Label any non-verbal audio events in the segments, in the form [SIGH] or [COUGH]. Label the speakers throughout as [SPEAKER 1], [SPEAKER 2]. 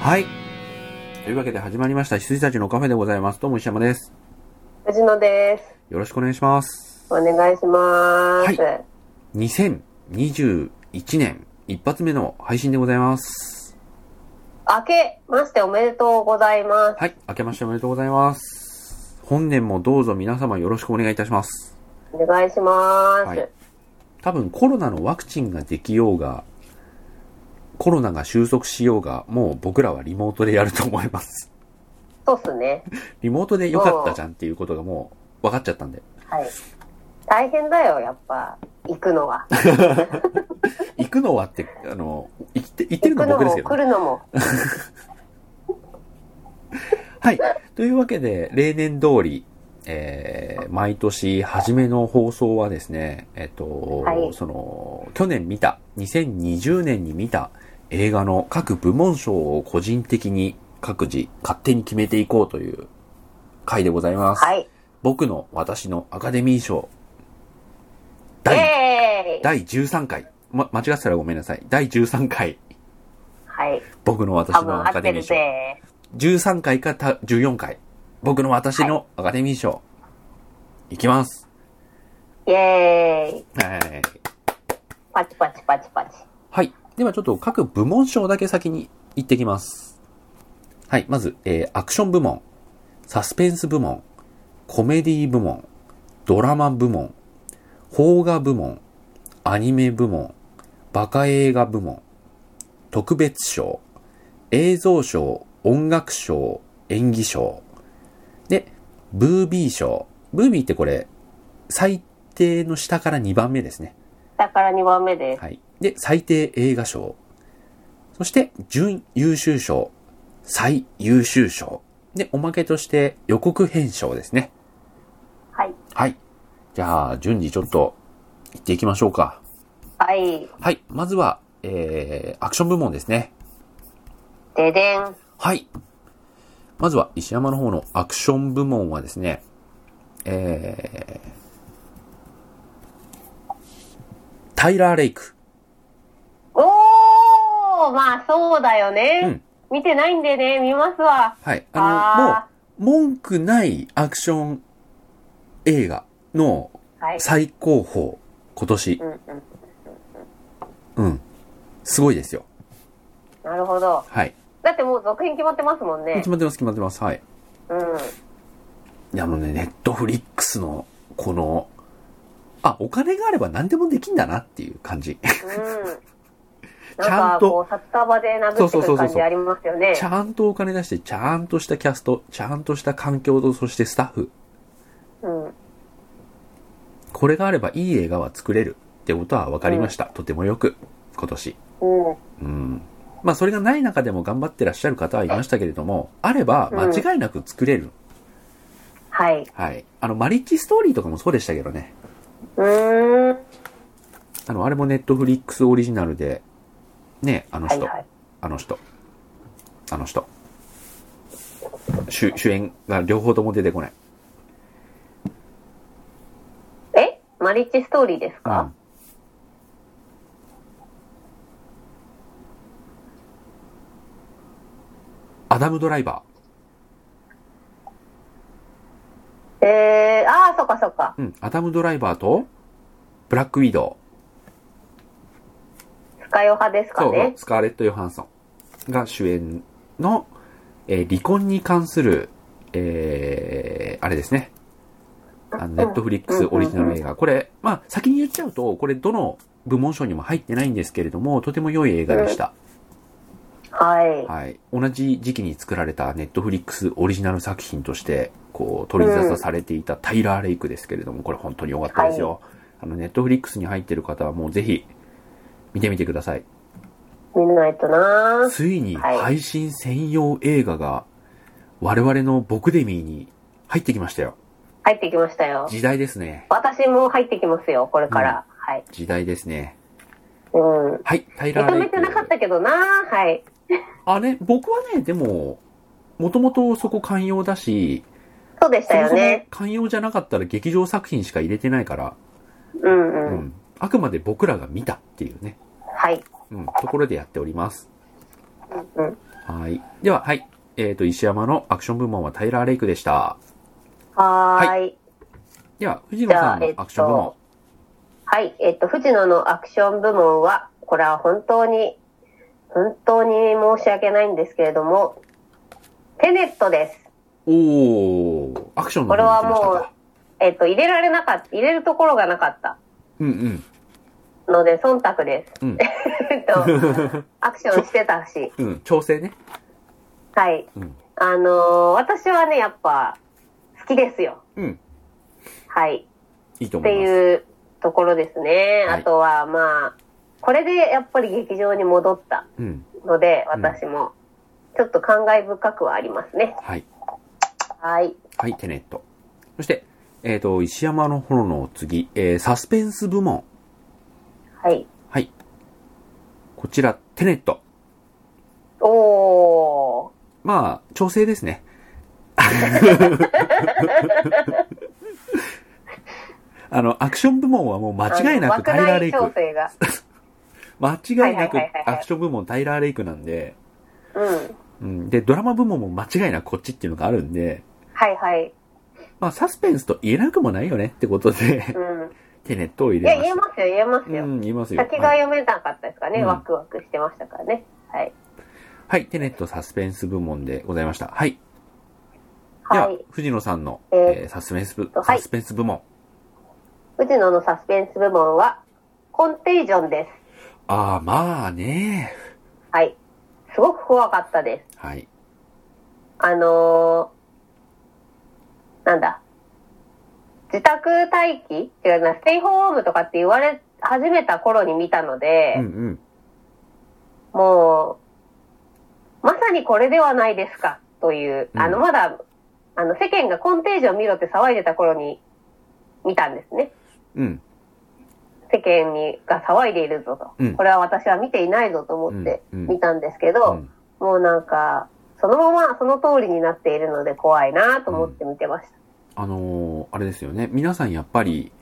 [SPEAKER 1] はい。というわけで始まりました、羊たちのカフェでございます。どうも石山です。
[SPEAKER 2] 藤野です。
[SPEAKER 1] よろしくお願いします。
[SPEAKER 2] お願いします。
[SPEAKER 1] は2021年一発目の配信でございます。
[SPEAKER 2] 明けましておめでとうございます。
[SPEAKER 1] はい。明けましておめでとうございます。本年もどうぞ皆様よろしくお願いいたします。
[SPEAKER 2] お願いします。
[SPEAKER 1] はい多分コロナのワクチンができようが、コロナが収束しようが、もう僕らはリモートでやると思います。
[SPEAKER 2] そうっすね。
[SPEAKER 1] リモートで良かったじゃんっていうことがもう分かっちゃったんで。
[SPEAKER 2] はい。大変だよ、やっぱ、行くのは。
[SPEAKER 1] 行くのはって、あの、行って、行って
[SPEAKER 2] 行
[SPEAKER 1] るの
[SPEAKER 2] く
[SPEAKER 1] は
[SPEAKER 2] の
[SPEAKER 1] 僕です
[SPEAKER 2] も
[SPEAKER 1] けど
[SPEAKER 2] 来。るのも。
[SPEAKER 1] はい。というわけで、例年通り、えー、毎年初めの放送はですね、えっと、
[SPEAKER 2] はい
[SPEAKER 1] その、去年見た、2020年に見た映画の各部門賞を個人的に各自勝手に決めていこうという回でございます。 [LAUGHS]
[SPEAKER 2] はい。
[SPEAKER 1] 僕の私のアカデミー賞、
[SPEAKER 2] イ
[SPEAKER 1] 第、
[SPEAKER 2] エーイ
[SPEAKER 1] 第13回、ま、間違ってたらごめんなさい。第13回、
[SPEAKER 2] はい。
[SPEAKER 1] 僕の私
[SPEAKER 2] 多分
[SPEAKER 1] のア
[SPEAKER 2] 合
[SPEAKER 1] カ
[SPEAKER 2] っ
[SPEAKER 1] デ
[SPEAKER 2] て
[SPEAKER 1] ミー
[SPEAKER 2] る
[SPEAKER 1] 賞。
[SPEAKER 2] ぜ。
[SPEAKER 1] 13回かた14回。僕の私のアカデミー賞。い、きます。
[SPEAKER 2] イエーイ
[SPEAKER 1] はい。
[SPEAKER 2] パチパチパチパチ。
[SPEAKER 1] はい。ではちょっと各部門賞だけ先に行ってきます。はい。まず、えー、アクション部門、サスペンス部門、コメディ部門、ドラマ部門、邦画部門、アニメ部門、バカ映画部門、特別賞、映像賞、音楽賞、演技賞。で、ブービー賞。ブービーってこれ、最低の下から2番目ですね。
[SPEAKER 2] だから2番目です。
[SPEAKER 1] はい。で、最低映画賞。そして、準優秀賞。最優秀賞。で、おまけとして予告編賞ですね。
[SPEAKER 2] はい。
[SPEAKER 1] はい。じゃあ、順次ちょっと、行っていきましょうか。
[SPEAKER 2] はい。
[SPEAKER 1] はい。まずは、えー、アクション部門ですね。
[SPEAKER 2] ででん。
[SPEAKER 1] はい。まずは、石山の方のアクション部門はですね、えー、タイラー・レイク。
[SPEAKER 2] おーまあそうだよね。
[SPEAKER 1] うん
[SPEAKER 2] 見てないんでね、見ますわ。
[SPEAKER 1] はい。あの、もう
[SPEAKER 2] あ、
[SPEAKER 1] 文句ないアクション映画の
[SPEAKER 2] はい。
[SPEAKER 1] 最高峰、今年
[SPEAKER 2] う。んうん。
[SPEAKER 1] うん。すごいですよ。
[SPEAKER 2] なるほど。
[SPEAKER 1] はい。
[SPEAKER 2] だってもう続編決まってますもんね
[SPEAKER 1] 決。まってます、決まってます。はい。
[SPEAKER 2] うん。
[SPEAKER 1] い
[SPEAKER 2] [LAUGHS]
[SPEAKER 1] や、あのね、ネットフリックスの、この、あ、お金があれば何でもできんだなっていう感じ。
[SPEAKER 2] うん。
[SPEAKER 1] ちゃ
[SPEAKER 2] なんんか、
[SPEAKER 1] と
[SPEAKER 2] こう、札束で殴ってくる感じありますよね。
[SPEAKER 1] ちゃんとお金出して、ちゃんとしたキャスト、ちゃんとした環境と、そしてスタッフ。
[SPEAKER 2] うん。
[SPEAKER 1] これがあればいい映画は作れるってことは分かりました。とてもよく、今年。
[SPEAKER 2] うん。
[SPEAKER 1] うん。まあ、それがない中でも頑張ってらっしゃる方はいましたけれども、あれば間違いなく作れる。
[SPEAKER 2] はい。
[SPEAKER 1] はい。あの、マリッジストーリーとかもそうでしたけどね。
[SPEAKER 2] うーん。
[SPEAKER 1] あの、あれもネットフリックスオリジナルで、ね、あの
[SPEAKER 2] はい
[SPEAKER 1] 人、
[SPEAKER 2] はい。
[SPEAKER 1] あの人、あの人。主主演が両方とも出てこない。
[SPEAKER 2] えマリッジストーリーです
[SPEAKER 1] う
[SPEAKER 2] か
[SPEAKER 1] ん、アダムドライバ
[SPEAKER 2] えー、ああ、そっかそっか。
[SPEAKER 1] ー。うん。アダムドライバーと、ブラックウィドウ。
[SPEAKER 2] スカヨ派ですか
[SPEAKER 1] そう、
[SPEAKER 2] ね。
[SPEAKER 1] スカーレット・ヨハンソンが主演の、えー離婚に関する、えーあれですね。あのネットフリックスオリジナル映画。これ、まあ、先に言っちゃうと、これどの部門賞にも入ってないんですけれども、とても良い映画でした。
[SPEAKER 2] はい。
[SPEAKER 1] はい。同じ時期に作られたネットフリックスオリジナル作品として、こう、取り沙汰されていたタイラー・レイクですけれども、これ本当に良かったですよ。あの、ネットフリックスに入ってる方はもうぜひ、見てみてください。
[SPEAKER 2] 見ないとな
[SPEAKER 1] ついに
[SPEAKER 2] はい
[SPEAKER 1] 配信専用映画が我々のボクデミーに入ってきましたよ。
[SPEAKER 2] 入ってきましたよ。
[SPEAKER 1] 時代ですね。
[SPEAKER 2] 私も入ってきますよ、これから。はい。
[SPEAKER 1] 時代ですね。
[SPEAKER 2] うん。
[SPEAKER 1] はい、タイラ
[SPEAKER 2] 認
[SPEAKER 1] ー・レ
[SPEAKER 2] め
[SPEAKER 1] イク
[SPEAKER 2] て。な [LAUGHS] かったけどなはい。
[SPEAKER 1] あれ、僕はね、でも、もともとそこ寛容だし、
[SPEAKER 2] そうでし
[SPEAKER 1] そ
[SPEAKER 2] た
[SPEAKER 1] も
[SPEAKER 2] よ
[SPEAKER 1] そも
[SPEAKER 2] ね。
[SPEAKER 1] 寛容じゃなかったら劇場作品しか入れてないから、
[SPEAKER 2] う
[SPEAKER 1] う
[SPEAKER 2] んうん。
[SPEAKER 1] ん。あくまで僕らが見たっていうね、
[SPEAKER 2] はい。
[SPEAKER 1] うん、ところでやっております。
[SPEAKER 2] うん。
[SPEAKER 1] はい。では、はい。えっ、と、石山のアクション部門はタイラー・レイクでした。
[SPEAKER 2] はーい。
[SPEAKER 1] では、藤野さんのアクション部門。
[SPEAKER 2] はい。えっと、藤野のアクション部門は、これは本当に、本当に申し訳ないんですけれども、テネットです。
[SPEAKER 1] おー、アクションの方
[SPEAKER 2] これ
[SPEAKER 1] に
[SPEAKER 2] は
[SPEAKER 1] 来ました
[SPEAKER 2] もう
[SPEAKER 1] か。、
[SPEAKER 2] えっと、入れられなかった、入れるところがなかった
[SPEAKER 1] うんうん。
[SPEAKER 2] ので、忖度です。 [LAUGHS]
[SPEAKER 1] うん。
[SPEAKER 2] え
[SPEAKER 1] [LAUGHS]
[SPEAKER 2] っと、アクションしてたし、
[SPEAKER 1] うん。調整ね。
[SPEAKER 2] はい。
[SPEAKER 1] うん。
[SPEAKER 2] あのー私はね、やっぱ、好きですよ。
[SPEAKER 1] うん。
[SPEAKER 2] はい。
[SPEAKER 1] いいと
[SPEAKER 2] っ
[SPEAKER 1] 思
[SPEAKER 2] て
[SPEAKER 1] います。
[SPEAKER 2] いうところですね。
[SPEAKER 1] はい
[SPEAKER 2] あとは、まあ、これでやっぱり劇場に戻った
[SPEAKER 1] うん。
[SPEAKER 2] ので、
[SPEAKER 1] ん
[SPEAKER 2] 私も、ちょっと感慨深くはありますね。
[SPEAKER 1] はい。
[SPEAKER 2] はい。
[SPEAKER 1] はい、テネット。そして、えっ、と、石山の炎の次、えー、サスペンス部門。
[SPEAKER 2] はい。
[SPEAKER 1] はい。こちら、テネット。
[SPEAKER 2] おー。
[SPEAKER 1] まあ、調整ですね。 [LAUGHS] あの、アクション部門はもう間違いな
[SPEAKER 2] あ
[SPEAKER 1] く
[SPEAKER 2] の
[SPEAKER 1] タイラー・レイク。
[SPEAKER 2] 枠内調整が。
[SPEAKER 1] 間違いなく
[SPEAKER 2] はいはいはいはいはい
[SPEAKER 1] アクション部門タイラー・レイクなんで、
[SPEAKER 2] うん。
[SPEAKER 1] うん。で、ドラマ部門も間違いなくこっちっていうのがあるんで、
[SPEAKER 2] はいはい。
[SPEAKER 1] まあ、サスペンスと言えなくもないよねってことで、 [LAUGHS]
[SPEAKER 2] うん。
[SPEAKER 1] テネットを入
[SPEAKER 2] いや、
[SPEAKER 1] れま
[SPEAKER 2] 言え
[SPEAKER 1] し
[SPEAKER 2] ますよ、言えます
[SPEAKER 1] た。う
[SPEAKER 2] よ。
[SPEAKER 1] ん、言いますよ。
[SPEAKER 2] 先が
[SPEAKER 1] はい
[SPEAKER 2] 読めなかったですかね。
[SPEAKER 1] うん
[SPEAKER 2] ワクワクしてましたからね。はい。
[SPEAKER 1] はい、テネットサスペンス部門でございました。はい。で
[SPEAKER 2] は
[SPEAKER 1] は、
[SPEAKER 2] い。
[SPEAKER 1] 藤野さんの、
[SPEAKER 2] えー
[SPEAKER 1] えーサスペンス部、
[SPEAKER 2] は
[SPEAKER 1] サ
[SPEAKER 2] い
[SPEAKER 1] スペンス部門。
[SPEAKER 2] 藤野のサスペンス部門は、コンテージョンです。
[SPEAKER 1] ああ、まあね。
[SPEAKER 2] はい。すごく怖かったです。
[SPEAKER 1] はい。
[SPEAKER 2] あのー、なんだ。自宅待機違うな、ステイホームとかって言われ始めた頃に見たので、
[SPEAKER 1] うんうん。
[SPEAKER 2] もう、まさにこれではないですか、という、
[SPEAKER 1] うん
[SPEAKER 2] あの、まだ、あの、世間がコンテージョン見ろって騒いでた頃に見たんですね。
[SPEAKER 1] うん。
[SPEAKER 2] 世間にが騒いでいるぞと、
[SPEAKER 1] うん
[SPEAKER 2] これは私は見ていないぞと思って
[SPEAKER 1] うんうん
[SPEAKER 2] 見たんですけど、
[SPEAKER 1] うん
[SPEAKER 2] もうなんか、そのままその通りになっているので怖いなと思って見てました。
[SPEAKER 1] あのーあれですよね。皆さんやっぱり、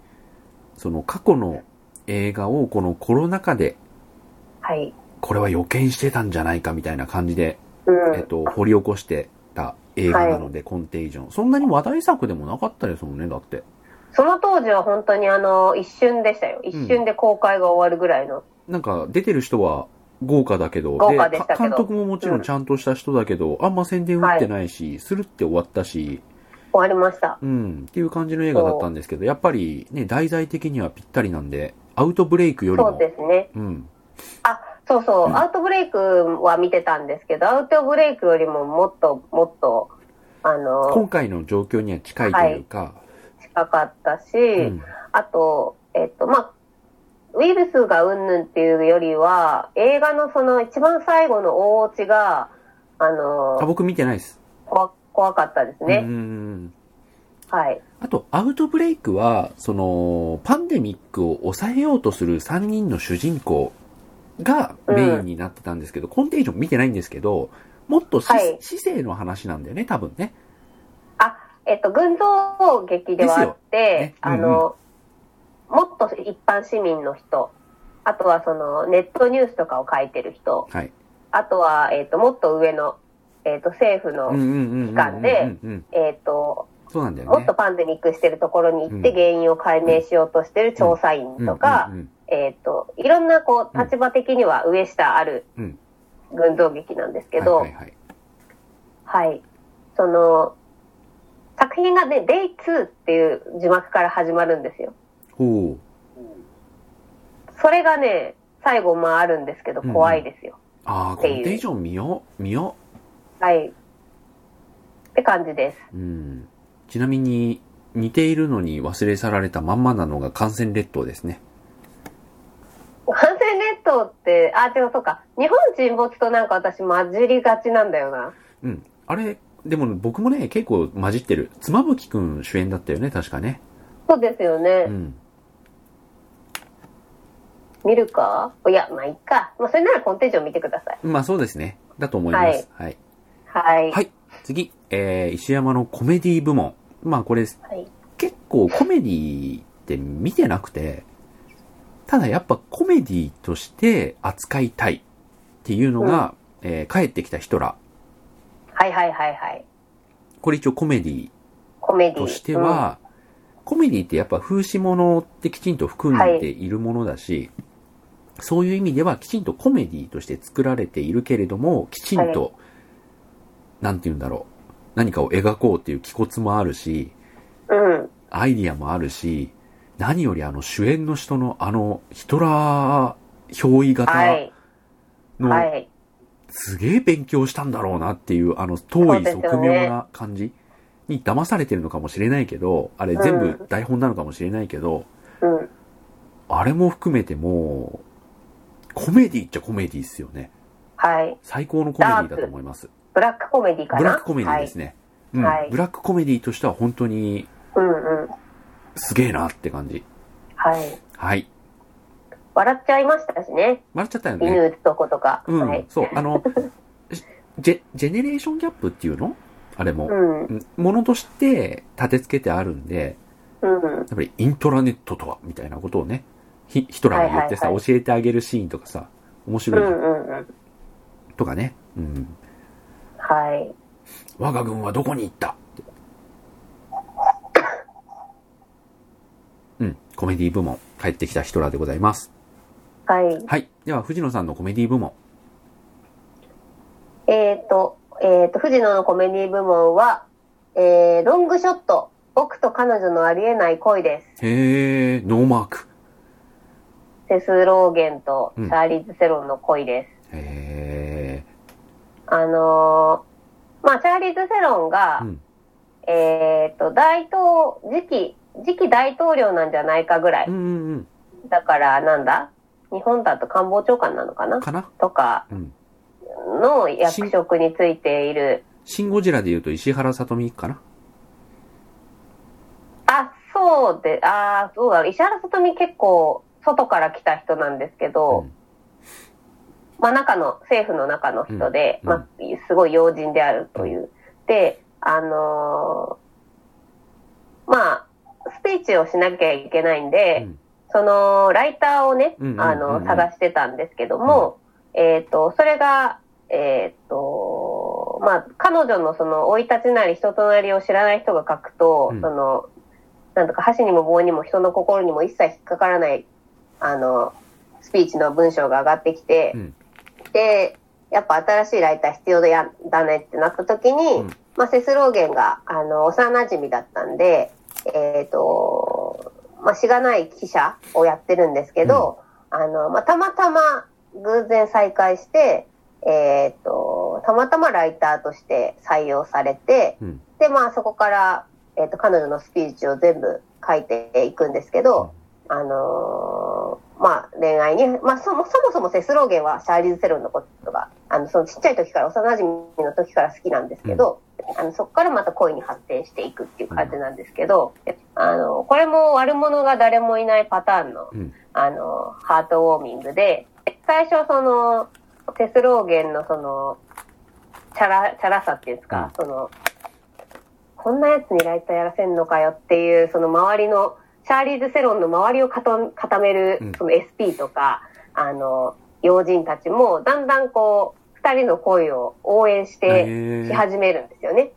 [SPEAKER 1] その過去の映画をこのコロナ禍で、
[SPEAKER 2] はい。
[SPEAKER 1] これは予見してたんじゃないかみたいな感じで、
[SPEAKER 2] うん。
[SPEAKER 1] えっと、掘り起こしてた映画なので、コンテージョン。そんなに話題作でもなかったですもんね、だって。
[SPEAKER 2] その当時は本当にあの、一瞬でしたよ。一瞬で公開が終わるぐらいの。
[SPEAKER 1] なんか、出てる人は豪華だけど、
[SPEAKER 2] 豪華でしたけ
[SPEAKER 1] か
[SPEAKER 2] ど
[SPEAKER 1] 監督ももちろんちゃんとした人だけど、あんま宣伝打ってないし、スルって終わったし、
[SPEAKER 2] 終わりました。
[SPEAKER 1] うん、っていう感じの映画だったんですけど、やっぱりね、題材的にはぴったりなんで、アウトブレイクより
[SPEAKER 2] そう
[SPEAKER 1] も、
[SPEAKER 2] ですね。
[SPEAKER 1] うん、
[SPEAKER 2] あ、そうそう、
[SPEAKER 1] うん
[SPEAKER 2] アウトブレイクは見てたんですけど、アウトブレイクよりももっともっと、あの、
[SPEAKER 1] 今回の状況には近いというか、
[SPEAKER 2] 近かったし、
[SPEAKER 1] うん、
[SPEAKER 2] あと、えっと、まあ、ウイルスがうんぬんっていうよりは、映画のその一番最後の大落ちが、あ
[SPEAKER 1] あ
[SPEAKER 2] の、
[SPEAKER 1] 僕見てないです。
[SPEAKER 2] 怖怖かったです
[SPEAKER 1] う
[SPEAKER 2] ね。
[SPEAKER 1] ん
[SPEAKER 2] はい。
[SPEAKER 1] あと、アウトブレイクは、その、パンデミックを抑えようとする3人の主人公がメインになってたんですけど、コンテージョン見てないんですけど、もっとし、
[SPEAKER 2] はい
[SPEAKER 1] 市政の話なんだよね、多分ね。
[SPEAKER 2] あ、えっと、群像劇ではあって、
[SPEAKER 1] ですよね
[SPEAKER 2] あの、もっと一般市民の人、あとはその、ネットニュースとかを書いてる人、
[SPEAKER 1] はい。
[SPEAKER 2] あとは、えっと、もっと上の、えっと、政府の、
[SPEAKER 1] うんうんうんうんうんうんうん。
[SPEAKER 2] 期間でえっと、
[SPEAKER 1] そうなんだよね。
[SPEAKER 2] もっとパンデミックしてるところに行って
[SPEAKER 1] うん
[SPEAKER 2] 原因を解明しようとしてる調査員とか、
[SPEAKER 1] うんうんうん
[SPEAKER 2] えっと、いろんなこう、立場的には上下ある
[SPEAKER 1] うん
[SPEAKER 2] 群像劇なんですけど、
[SPEAKER 1] はいはいはい。
[SPEAKER 2] はい。その、作品がね、デイ2っていう字幕から始まるんですよ。
[SPEAKER 1] ほう。
[SPEAKER 2] それがね、最後まああるんですけど、
[SPEAKER 1] うんうん
[SPEAKER 2] 怖いですよ。
[SPEAKER 1] ああ、
[SPEAKER 2] っ
[SPEAKER 1] コ
[SPEAKER 2] て
[SPEAKER 1] ン
[SPEAKER 2] いう
[SPEAKER 1] テージョン見よう、見よ
[SPEAKER 2] はい。って感じです。
[SPEAKER 1] う。うん。ちなみに、似ているのに忘れ去られたまんまなのが感染列島ですね。
[SPEAKER 2] 感染列島って、あ、違う、そうか。日本沈没となんか私混じりがちなんだよな。
[SPEAKER 1] うん。あれ、でも僕もね、結構混じってる。妻夫木くん主演だったよね、確かね。
[SPEAKER 2] そうですよね
[SPEAKER 1] う。ん。
[SPEAKER 2] 見るかいや、まあいいか。まあそれならコンテージョン見てください。
[SPEAKER 1] まあそうですね。だと思います。はい。はい。
[SPEAKER 2] はい。
[SPEAKER 1] 次、えー、石山のコメディ部門。まあこれ、
[SPEAKER 2] はい。
[SPEAKER 1] 結構コメディって見てなくて、ただやっぱコメディとして扱いたいっていうのが、えー帰ってきたヒトラー。
[SPEAKER 2] はいはいはいはい。
[SPEAKER 1] これ一応コメディ
[SPEAKER 2] コメディ
[SPEAKER 1] として、は、コメディってやっぱ風刺物ってきちんと含んでいるものだし、そういう意味ではきちんとコメディとして作られているけれども、きちんと、なんて言うんだろう。何かを描こうっていう気骨もあるし、
[SPEAKER 2] うん、うん。
[SPEAKER 1] アイディアもあるし、何よりあの主演の人のあのヒトラー憑依
[SPEAKER 2] は
[SPEAKER 1] 型
[SPEAKER 2] い。
[SPEAKER 1] の、
[SPEAKER 2] はい。
[SPEAKER 1] すげえ勉強したんだろうなっていう、あの遠い
[SPEAKER 2] そうです
[SPEAKER 1] 側
[SPEAKER 2] よね
[SPEAKER 1] 妙な感じに騙されてるのかもしれないけど、あれ
[SPEAKER 2] うん
[SPEAKER 1] 全部台本なのかもしれないけど、
[SPEAKER 2] うん。
[SPEAKER 1] あれも含めてもう、コメディっちゃコメディっすよね。
[SPEAKER 2] はい。
[SPEAKER 1] 最高のコメディだと思います。
[SPEAKER 2] ブラックコメディかな
[SPEAKER 1] ブラックコメディですね。うん
[SPEAKER 2] はい
[SPEAKER 1] ブラックコメディとしては本当に
[SPEAKER 2] はい。うんうん。
[SPEAKER 1] すげえなって感じ。
[SPEAKER 2] はい。
[SPEAKER 1] はい。
[SPEAKER 2] 笑っちゃいましたしね。
[SPEAKER 1] 笑っちゃったよね。
[SPEAKER 2] 犬打つとことか。
[SPEAKER 1] うん、
[SPEAKER 2] はい。
[SPEAKER 1] そう、あの、 [LAUGHS] ジェ、ジェネレーションギャップっていうのあれも
[SPEAKER 2] う、ん。
[SPEAKER 1] うんものとして立て付けてあるんで、
[SPEAKER 2] うん。
[SPEAKER 1] やっぱりイントラネットとは、みたいなことをね、ヒヒトラーが言ってさ、
[SPEAKER 2] はいはい
[SPEAKER 1] 教えてあげるシーンとかさ、面
[SPEAKER 2] うんう
[SPEAKER 1] 白いな、
[SPEAKER 2] んうん。
[SPEAKER 1] とかね、うん。
[SPEAKER 2] はい。
[SPEAKER 1] 我が軍はどこに行ったってうん、コメディ部門、帰ってきたヒトラーでございます。
[SPEAKER 2] はい。
[SPEAKER 1] はい。では、藤野さんのコメディ部門。
[SPEAKER 2] えっ、と、えっ、と、藤野のコメディ部門は、えー、ロングショット。僕と彼女のありえない恋です。
[SPEAKER 1] へー、ノーマーク。
[SPEAKER 2] セス・ローゲンと
[SPEAKER 1] う
[SPEAKER 2] チ
[SPEAKER 1] ん
[SPEAKER 2] ャーリーズ・セロンの恋です。
[SPEAKER 1] へ
[SPEAKER 2] あのーまあ、チャーリーズ・セロンが、
[SPEAKER 1] ー。うん。
[SPEAKER 2] えっ、と、大統、次期、次期大統領なんじゃないかぐらい。
[SPEAKER 1] うんうん
[SPEAKER 2] だから、なんだ日本だと官房長官なのか
[SPEAKER 1] う。
[SPEAKER 2] なん
[SPEAKER 1] かな
[SPEAKER 2] とか
[SPEAKER 1] うん。
[SPEAKER 2] の役職についている。
[SPEAKER 1] シンゴジラで言うと石原さとみかな
[SPEAKER 2] あ、そうで、あーどうだろう。石原さとみ結構、外から来た人なんですけど、まあ中の、政府の中の人で、
[SPEAKER 1] うん
[SPEAKER 2] まあ、すごい要人であるという。で、あのーまあ、スピーチをしなきゃいけないん
[SPEAKER 1] う
[SPEAKER 2] で、
[SPEAKER 1] ん。
[SPEAKER 2] その、ライターをね
[SPEAKER 1] うんうんうんう、ん
[SPEAKER 2] あの、探してたんですけども、えっ、と、それが、えっ、と、まあ、彼女のその、生い立ちなり人となりを知らない人が書くと、
[SPEAKER 1] うん
[SPEAKER 2] その、なんとか箸にも棒にも人の心にも一切引っかからない、あの、スピーチの文章が上がってきて、
[SPEAKER 1] うん
[SPEAKER 2] で、やっぱ新しいライター必要だやだねってなった時に、
[SPEAKER 1] うん
[SPEAKER 2] まあ、セスローゲンが、あの、幼馴染だったんで、えっ、と、まあ、しがない記者をやってるんですけど、あの、まあ、たまたま偶然再会して、えっ、と、たまたまライターとして採用されて、
[SPEAKER 1] うん。
[SPEAKER 2] で、まあ、そこから、えっ、と、彼女のスピーチを全部書いていくんですけど、あのーまあ、恋愛に、まあ、そもそもそもセスローゲンはシャーリーズ・セロンのことが、あの、そのちっちゃい時から、幼馴染の時から好きなんですけど、あの、そこからまた恋に発展していくっていう感じなんですけど、あの、これも悪者が誰もいないパターンの、
[SPEAKER 1] うん
[SPEAKER 2] あの、ハートウォーミングで、最初その、セスローゲンのその、チャラ、チャラさっていうんですか、その、こんなやつにライターやらせんのかよっていう、その周りの、チャーリーズ・セロンの周りを固ん固める
[SPEAKER 1] うん、
[SPEAKER 2] その SP とか、あの、要人たちも、だんだんこう、二人の恋を応援して、
[SPEAKER 1] へ
[SPEAKER 2] し
[SPEAKER 1] ー
[SPEAKER 2] 始めるんですよね。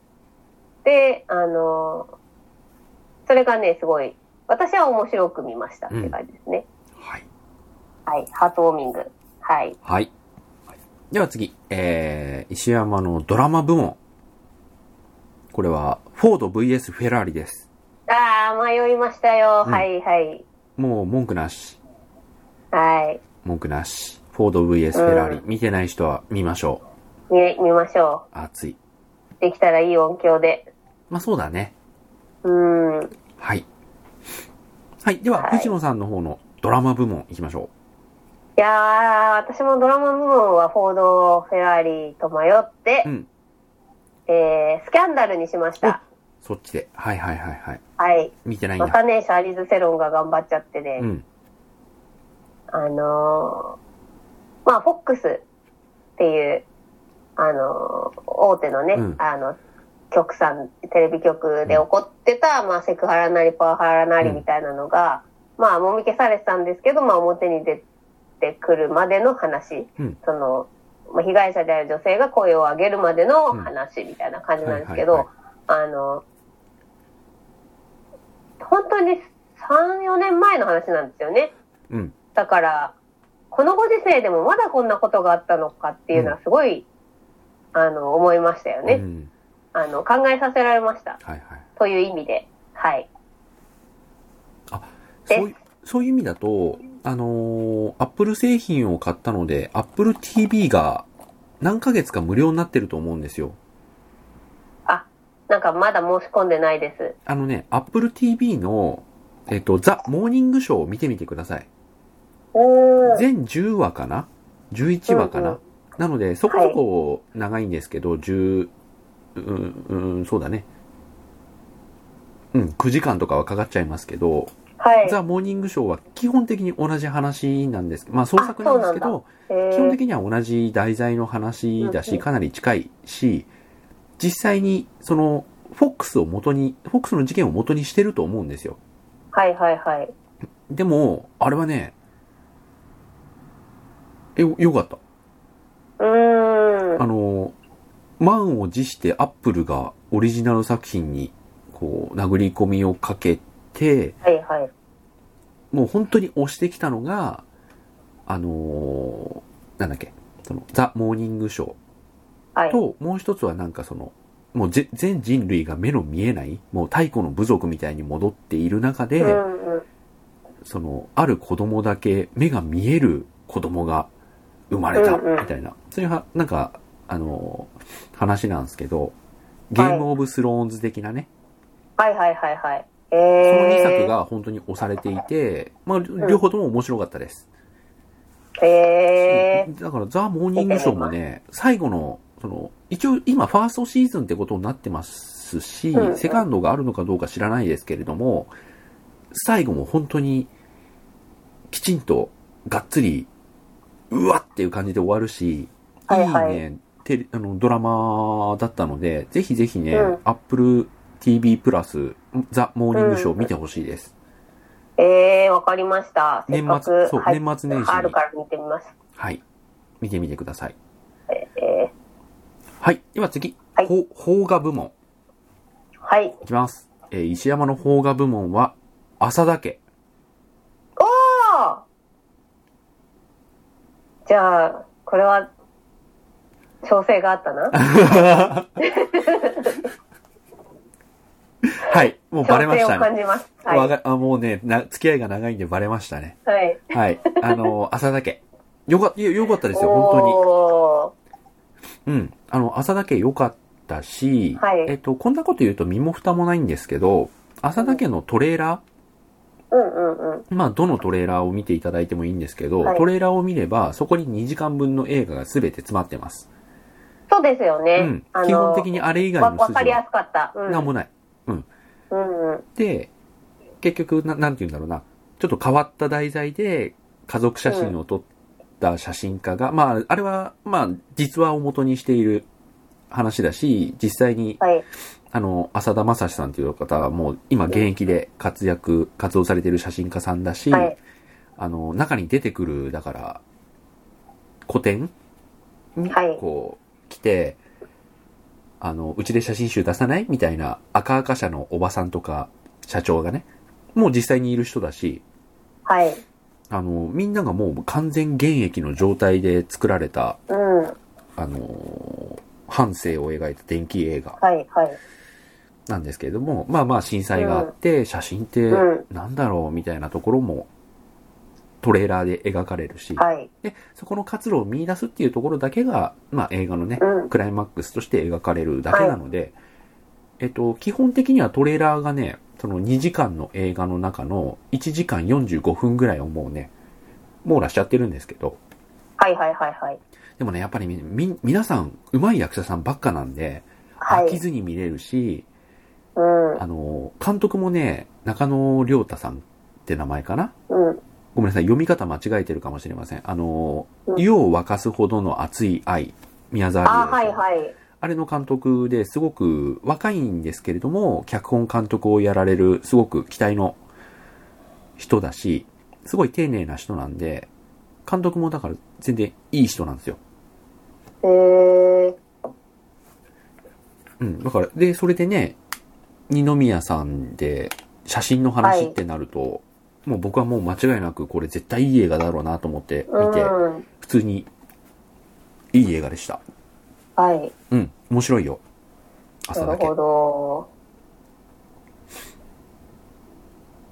[SPEAKER 2] で、あの、それがね、すごい、私は面白く見ましたって感じですね。
[SPEAKER 1] はい。
[SPEAKER 2] はい、ハートウォーミング。はい。
[SPEAKER 1] はい。では次、えー、石山のドラマ部門。これは、フォード VS フェラーリです。
[SPEAKER 2] ああ、迷いましたよ。
[SPEAKER 1] うん
[SPEAKER 2] はい、はい。
[SPEAKER 1] もう文句なし。
[SPEAKER 2] はい。
[SPEAKER 1] 文句なし。フォード VS フェラーリ。
[SPEAKER 2] う
[SPEAKER 1] 見てない人は見ましょ
[SPEAKER 2] 見、見ましょ
[SPEAKER 1] う。熱い。
[SPEAKER 2] う。できたらいい音響で。
[SPEAKER 1] まあそうだね。
[SPEAKER 2] うーん。
[SPEAKER 1] はい。はい。では、
[SPEAKER 2] はい
[SPEAKER 1] 藤野さんの方のドラマ部門行きましょ
[SPEAKER 2] いやー、私もドラマ部門はフォード、フェラーリと迷って、
[SPEAKER 1] う。うん。
[SPEAKER 2] えー、スキャンダルにしました。
[SPEAKER 1] そっちで。はいはいはいはい。
[SPEAKER 2] はい。
[SPEAKER 1] 見てないん
[SPEAKER 2] ま
[SPEAKER 1] だ。
[SPEAKER 2] たね、シャーリーズ・セロンが頑張っちゃってね、
[SPEAKER 1] うん。
[SPEAKER 2] あのー、まあ、フォックスっていう、あのー大手のね、
[SPEAKER 1] うん
[SPEAKER 2] あの、局さん、テレビ局で起こってた、まあ、セクハラなりパワハラなりみたいなのが、まあ、もみ消されてたんですけど、まあ、表に出てくるまでの話、
[SPEAKER 1] うん
[SPEAKER 2] その、まあ、被害者である女性が声を上げるまでの
[SPEAKER 1] うん
[SPEAKER 2] 話みたいな感じなんです
[SPEAKER 1] は
[SPEAKER 2] け
[SPEAKER 1] い
[SPEAKER 2] ど、あの、本当に3、4年前の話なんですよね。
[SPEAKER 1] うん。
[SPEAKER 2] だから、このご時世でもまだこんなことがあったのかっていうのはすごい、あの、思いましたよね。
[SPEAKER 1] うん。
[SPEAKER 2] あの、考えさせられました。
[SPEAKER 1] はいはい。
[SPEAKER 2] という意味で。はい。で
[SPEAKER 1] そういそういう意味だと、あのー、Apple 製品を買ったので、Apple TV が何ヶ月か無料になってると思うんですよ。
[SPEAKER 2] あ、なんかまだ申し込んでないです。
[SPEAKER 1] あのね、Apple TV の、えっと、ザ・モーニングショーを見てみてください。
[SPEAKER 2] おー。
[SPEAKER 1] 全10話かな ?11 話かな、
[SPEAKER 2] うんうん
[SPEAKER 1] なので、そこそこ長いんですけど、10、うん、うん、そうだね。うん、9時間とかはかかっちゃいますけど、
[SPEAKER 2] はい。
[SPEAKER 1] ザ・モーニングショーは基本的に同じ話なんです。まあ、創作なんですけ
[SPEAKER 2] あそう
[SPEAKER 1] ど、
[SPEAKER 2] え
[SPEAKER 1] 基本
[SPEAKER 2] ー、
[SPEAKER 1] 的には同じ題材の話だ
[SPEAKER 2] うん
[SPEAKER 1] し、
[SPEAKER 2] うん
[SPEAKER 1] かなり近いし、実際に、その、フォックスを元に、フォックスの事件を元にしてると思うんですよ。
[SPEAKER 2] はいはいはい。
[SPEAKER 1] でも、あれはね、え、よかった。
[SPEAKER 2] うーん。
[SPEAKER 1] あの、満を持してアップルがオリジナル作品に、こう、殴り込みをかけて、
[SPEAKER 2] はいはい。
[SPEAKER 1] もう本当に押してきたのが、あのーなんだっけ、その、ザ・モーニングショ
[SPEAKER 2] は
[SPEAKER 1] ー
[SPEAKER 2] い。
[SPEAKER 1] と、もう一つはなんかその、もうぜ全人類が目の見えない、もう太古の部族みたいに戻っている中で、
[SPEAKER 2] うんうん。
[SPEAKER 1] その、ある子供だけ目が見える子供が生まれた、
[SPEAKER 2] うんうん
[SPEAKER 1] みたいな。そういうは、なんか、あのー話なんですけど、ゲームオブスローンズ的なね、
[SPEAKER 2] はいはいはいはい。え
[SPEAKER 1] その
[SPEAKER 2] ー、
[SPEAKER 1] 2作が本当に押されていて、まあ、両方とも面白かったです。
[SPEAKER 2] え
[SPEAKER 1] だから、ザ・モーニングショーもね、最後の、その、一応今、ファーストシーズンってことになってますし、
[SPEAKER 2] うんうん
[SPEAKER 1] セカンドがあるのかどうか知らないですけれども、最後も本当に、きちんと、がっつり、うわっていう感じで終わるし、
[SPEAKER 2] はいはい
[SPEAKER 1] いね、テレあのドラマだったので、ぜひぜひね、
[SPEAKER 2] うん
[SPEAKER 1] Apple TV プラス、ザ・モーニングショー見てほしいです。
[SPEAKER 2] ー、えー、わかりました。
[SPEAKER 1] 年末
[SPEAKER 2] せっかく
[SPEAKER 1] そう
[SPEAKER 2] はい
[SPEAKER 1] 年末年始に
[SPEAKER 2] あるから見てみます。
[SPEAKER 1] はい。見てみてください。
[SPEAKER 2] え
[SPEAKER 1] はい。では次、
[SPEAKER 2] はい
[SPEAKER 1] ほ邦画部門。
[SPEAKER 2] ー、はい。
[SPEAKER 1] いきます。えー石山の邦画部門は、浅田家。
[SPEAKER 2] あーじゃあ、これは、調整があったな。
[SPEAKER 1] はい。 [LAUGHS] もうバレまし
[SPEAKER 2] 調整
[SPEAKER 1] た
[SPEAKER 2] を感
[SPEAKER 1] ね。
[SPEAKER 2] じます。
[SPEAKER 1] わ
[SPEAKER 2] はい。
[SPEAKER 1] があもうねな、付き合いが長いんでバレましたね。
[SPEAKER 2] はい。
[SPEAKER 1] はい。あ
[SPEAKER 2] [LAUGHS]
[SPEAKER 1] のー、浅田家。よか、よよかったですよ、本
[SPEAKER 2] おー
[SPEAKER 1] 当に。うん。あの、浅田家よかったし、
[SPEAKER 2] はい
[SPEAKER 1] えっと、こんなこと言うと身も蓋もないんですけど、浅田家のトレーラー、
[SPEAKER 2] うんうんうん。
[SPEAKER 1] まあ、どのトレーラーを見ていただいてもいいんですけど、
[SPEAKER 2] はい
[SPEAKER 1] トレーラーを見れば、そこに2時間分の映画が全て詰まってます。
[SPEAKER 2] そうですよね。
[SPEAKER 1] うん。基本的にあれ以外
[SPEAKER 2] わ
[SPEAKER 1] の
[SPEAKER 2] わか
[SPEAKER 1] 筋
[SPEAKER 2] りや
[SPEAKER 1] は
[SPEAKER 2] すかった。うん。
[SPEAKER 1] 何もない。
[SPEAKER 2] うんうん。
[SPEAKER 1] で、結局な、なんて言うんだろうな。ちょっと変わった題材で家族写真を撮った写真家が、まあ、あれは、まあ、実話を元にしている話だし、実際に、
[SPEAKER 2] はい。
[SPEAKER 1] あの、浅田正史さんという方はもう今現役で活躍、活動されている写真家さんだし、
[SPEAKER 2] はい。
[SPEAKER 1] あの、中に出てくる、だから、古典に
[SPEAKER 2] はい、
[SPEAKER 1] こう、来て、あの、うちで写真集出さないみたいな赤々社のおばさんとか、社長がね、もう実際にいる人だし、
[SPEAKER 2] はい。
[SPEAKER 1] あの、みんながもう完全現役の状態で作られた、
[SPEAKER 2] うん。はい。
[SPEAKER 1] あの、半生を描いた電気映画
[SPEAKER 2] はい。
[SPEAKER 1] なんですけれども、まあまあ震災があって、写真って
[SPEAKER 2] うん
[SPEAKER 1] なんだろうみたいなところも、トレーラーで描かれるし、
[SPEAKER 2] はい。
[SPEAKER 1] で、そこの活路を見出すっていうところだけが、まあ映画のね、
[SPEAKER 2] うん。
[SPEAKER 1] クライマックスとして描かれるだけなので、えっと、基本的にはトレーラーがね、その2時間の映画の中の1時間45分ぐらいをもうね、網羅しちゃってるんですけど、
[SPEAKER 2] はいはいはいはい。
[SPEAKER 1] でもね、やっぱりみ、み皆さん、上手い役者さんばっかなんで、
[SPEAKER 2] は
[SPEAKER 1] 飽き
[SPEAKER 2] い。
[SPEAKER 1] ずに見れるし、
[SPEAKER 2] うん。
[SPEAKER 1] あの、監督もね、中野良太さんって名前かな
[SPEAKER 2] うん。
[SPEAKER 1] ごめんなさい、読み方間違えてるかもしれません。あの、
[SPEAKER 2] うん
[SPEAKER 1] 湯を沸かすほどの熱い愛、宮沢りえ
[SPEAKER 2] あ、
[SPEAKER 1] さん
[SPEAKER 2] はいはい。
[SPEAKER 1] あれの監督ですごく若いんですけれども、脚本監督をやられるすごく期待の人だし、すごい丁寧な人なんで、監督もだから全然いい人なんですよ。
[SPEAKER 2] へえ。
[SPEAKER 1] うん、だから、で、それでね、二宮さんで写真の話ってなると、もう僕はもう間違いなくこれ絶対いい映画だろうなと思って
[SPEAKER 2] う
[SPEAKER 1] 見て、
[SPEAKER 2] ん。
[SPEAKER 1] 普通にいい映画でした。
[SPEAKER 2] はい。
[SPEAKER 1] うん、面白いよ。朝
[SPEAKER 2] な
[SPEAKER 1] だ
[SPEAKER 2] る
[SPEAKER 1] け。
[SPEAKER 2] ほど。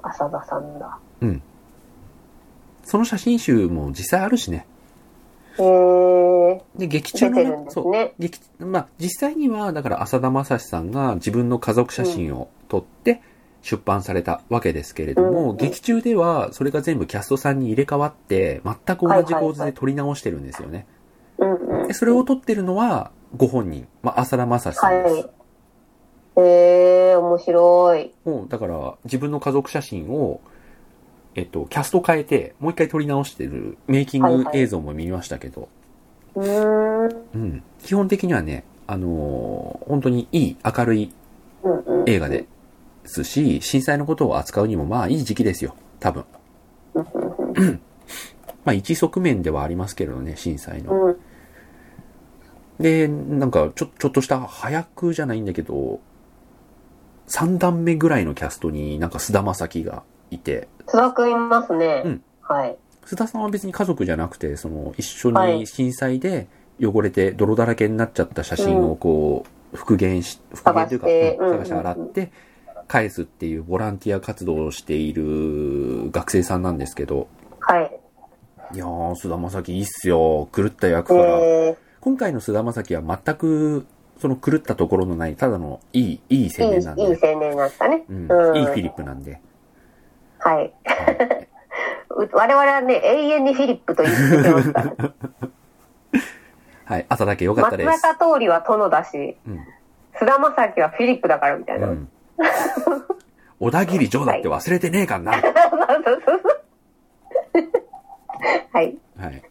[SPEAKER 2] 浅田さんだ。
[SPEAKER 1] その写真集も実際あるしね。
[SPEAKER 2] へえ。
[SPEAKER 1] で、劇中の
[SPEAKER 2] 出てるんです
[SPEAKER 1] そう
[SPEAKER 2] ね、
[SPEAKER 1] 劇、まあ、実際には、だから、浅田正史さんが自分の家族写真を撮って出版されたわけですけれども、
[SPEAKER 2] うん
[SPEAKER 1] 劇中では、それが全部キャストさんに入れ替わって、全く同じ構図
[SPEAKER 2] はいはいは
[SPEAKER 1] で
[SPEAKER 2] い
[SPEAKER 1] 撮り直してるんですよね。
[SPEAKER 2] うんうん。
[SPEAKER 1] でそれを撮ってるのは、ご本人、まあ、浅田正史さんです。
[SPEAKER 2] はい。へえ、面白い。
[SPEAKER 1] もう、だから、自分の家族写真を、えっと、キャスト変えて、もう一回撮り直してるメイキング映像も見ましたけど、
[SPEAKER 2] うーん。
[SPEAKER 1] うん。基本的にはね、あのー本当にいい、明るい
[SPEAKER 2] うんうん。
[SPEAKER 1] 映画ですし、震災のことを扱うにもまあいい時期ですよ、多分。まあ一側面ではありますけれどね、震災の。
[SPEAKER 2] うん。
[SPEAKER 1] で、なんかちょちょっとした早くじゃないんだけど、3段目ぐらいのキャストになんか菅田将暉がいて、
[SPEAKER 2] 津田くんいますね。
[SPEAKER 1] うん
[SPEAKER 2] はい。
[SPEAKER 1] 須田さんは別に家族じゃなくて、その一緒
[SPEAKER 2] は
[SPEAKER 1] に
[SPEAKER 2] い
[SPEAKER 1] 震災で汚れて泥だらけになっちゃった写真をこう復元し、復元というか、
[SPEAKER 2] 探して
[SPEAKER 1] うん
[SPEAKER 2] うん
[SPEAKER 1] 探して洗って返すっていうボランティア活動をしている学生さんなんですけど、
[SPEAKER 2] はい。
[SPEAKER 1] いやー、菅田将暉いいっすよ。狂った役
[SPEAKER 2] へ
[SPEAKER 1] から。
[SPEAKER 2] え。
[SPEAKER 1] 今回の菅田将暉は全くその狂ったところのない、ただのいい、いい
[SPEAKER 2] いい、
[SPEAKER 1] 青
[SPEAKER 2] い
[SPEAKER 1] 年
[SPEAKER 2] い
[SPEAKER 1] な
[SPEAKER 2] 青
[SPEAKER 1] んで、ね
[SPEAKER 2] 年だったね。
[SPEAKER 1] うん、
[SPEAKER 2] うん
[SPEAKER 1] いいフィリップなんで。
[SPEAKER 2] はい。 [LAUGHS] う我々はね、永遠にフィリップと言ってま
[SPEAKER 1] [LAUGHS]
[SPEAKER 2] すから。
[SPEAKER 1] はい、朝だけ良かった
[SPEAKER 2] 松
[SPEAKER 1] です。
[SPEAKER 2] 坂桃李は殿だし、
[SPEAKER 1] うん
[SPEAKER 2] 菅田将暉はフィリップだからみたいな。
[SPEAKER 1] うん小田切城だって忘れてねえかんな。
[SPEAKER 2] [LAUGHS] はい。
[SPEAKER 1] はい。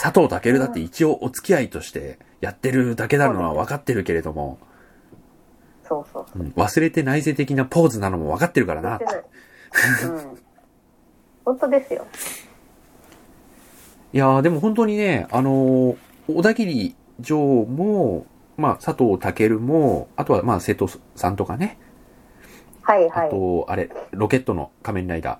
[SPEAKER 1] 佐藤健だって一応お付き合いとしてやってるだけなのは分かってるけれども、
[SPEAKER 2] そうそうそう。
[SPEAKER 1] うん忘れて内省的なポーズなのも分かってるから
[SPEAKER 2] 言っ
[SPEAKER 1] な
[SPEAKER 2] て。ない。うん。本当ですよ。
[SPEAKER 1] いやーでも本当にね、あのー小田切城も、まあ、佐藤健も、あとはまあ、瀬戸さんとかね、
[SPEAKER 2] はい
[SPEAKER 1] あ
[SPEAKER 2] はい。
[SPEAKER 1] と、あれ、ロケットの仮面ライダ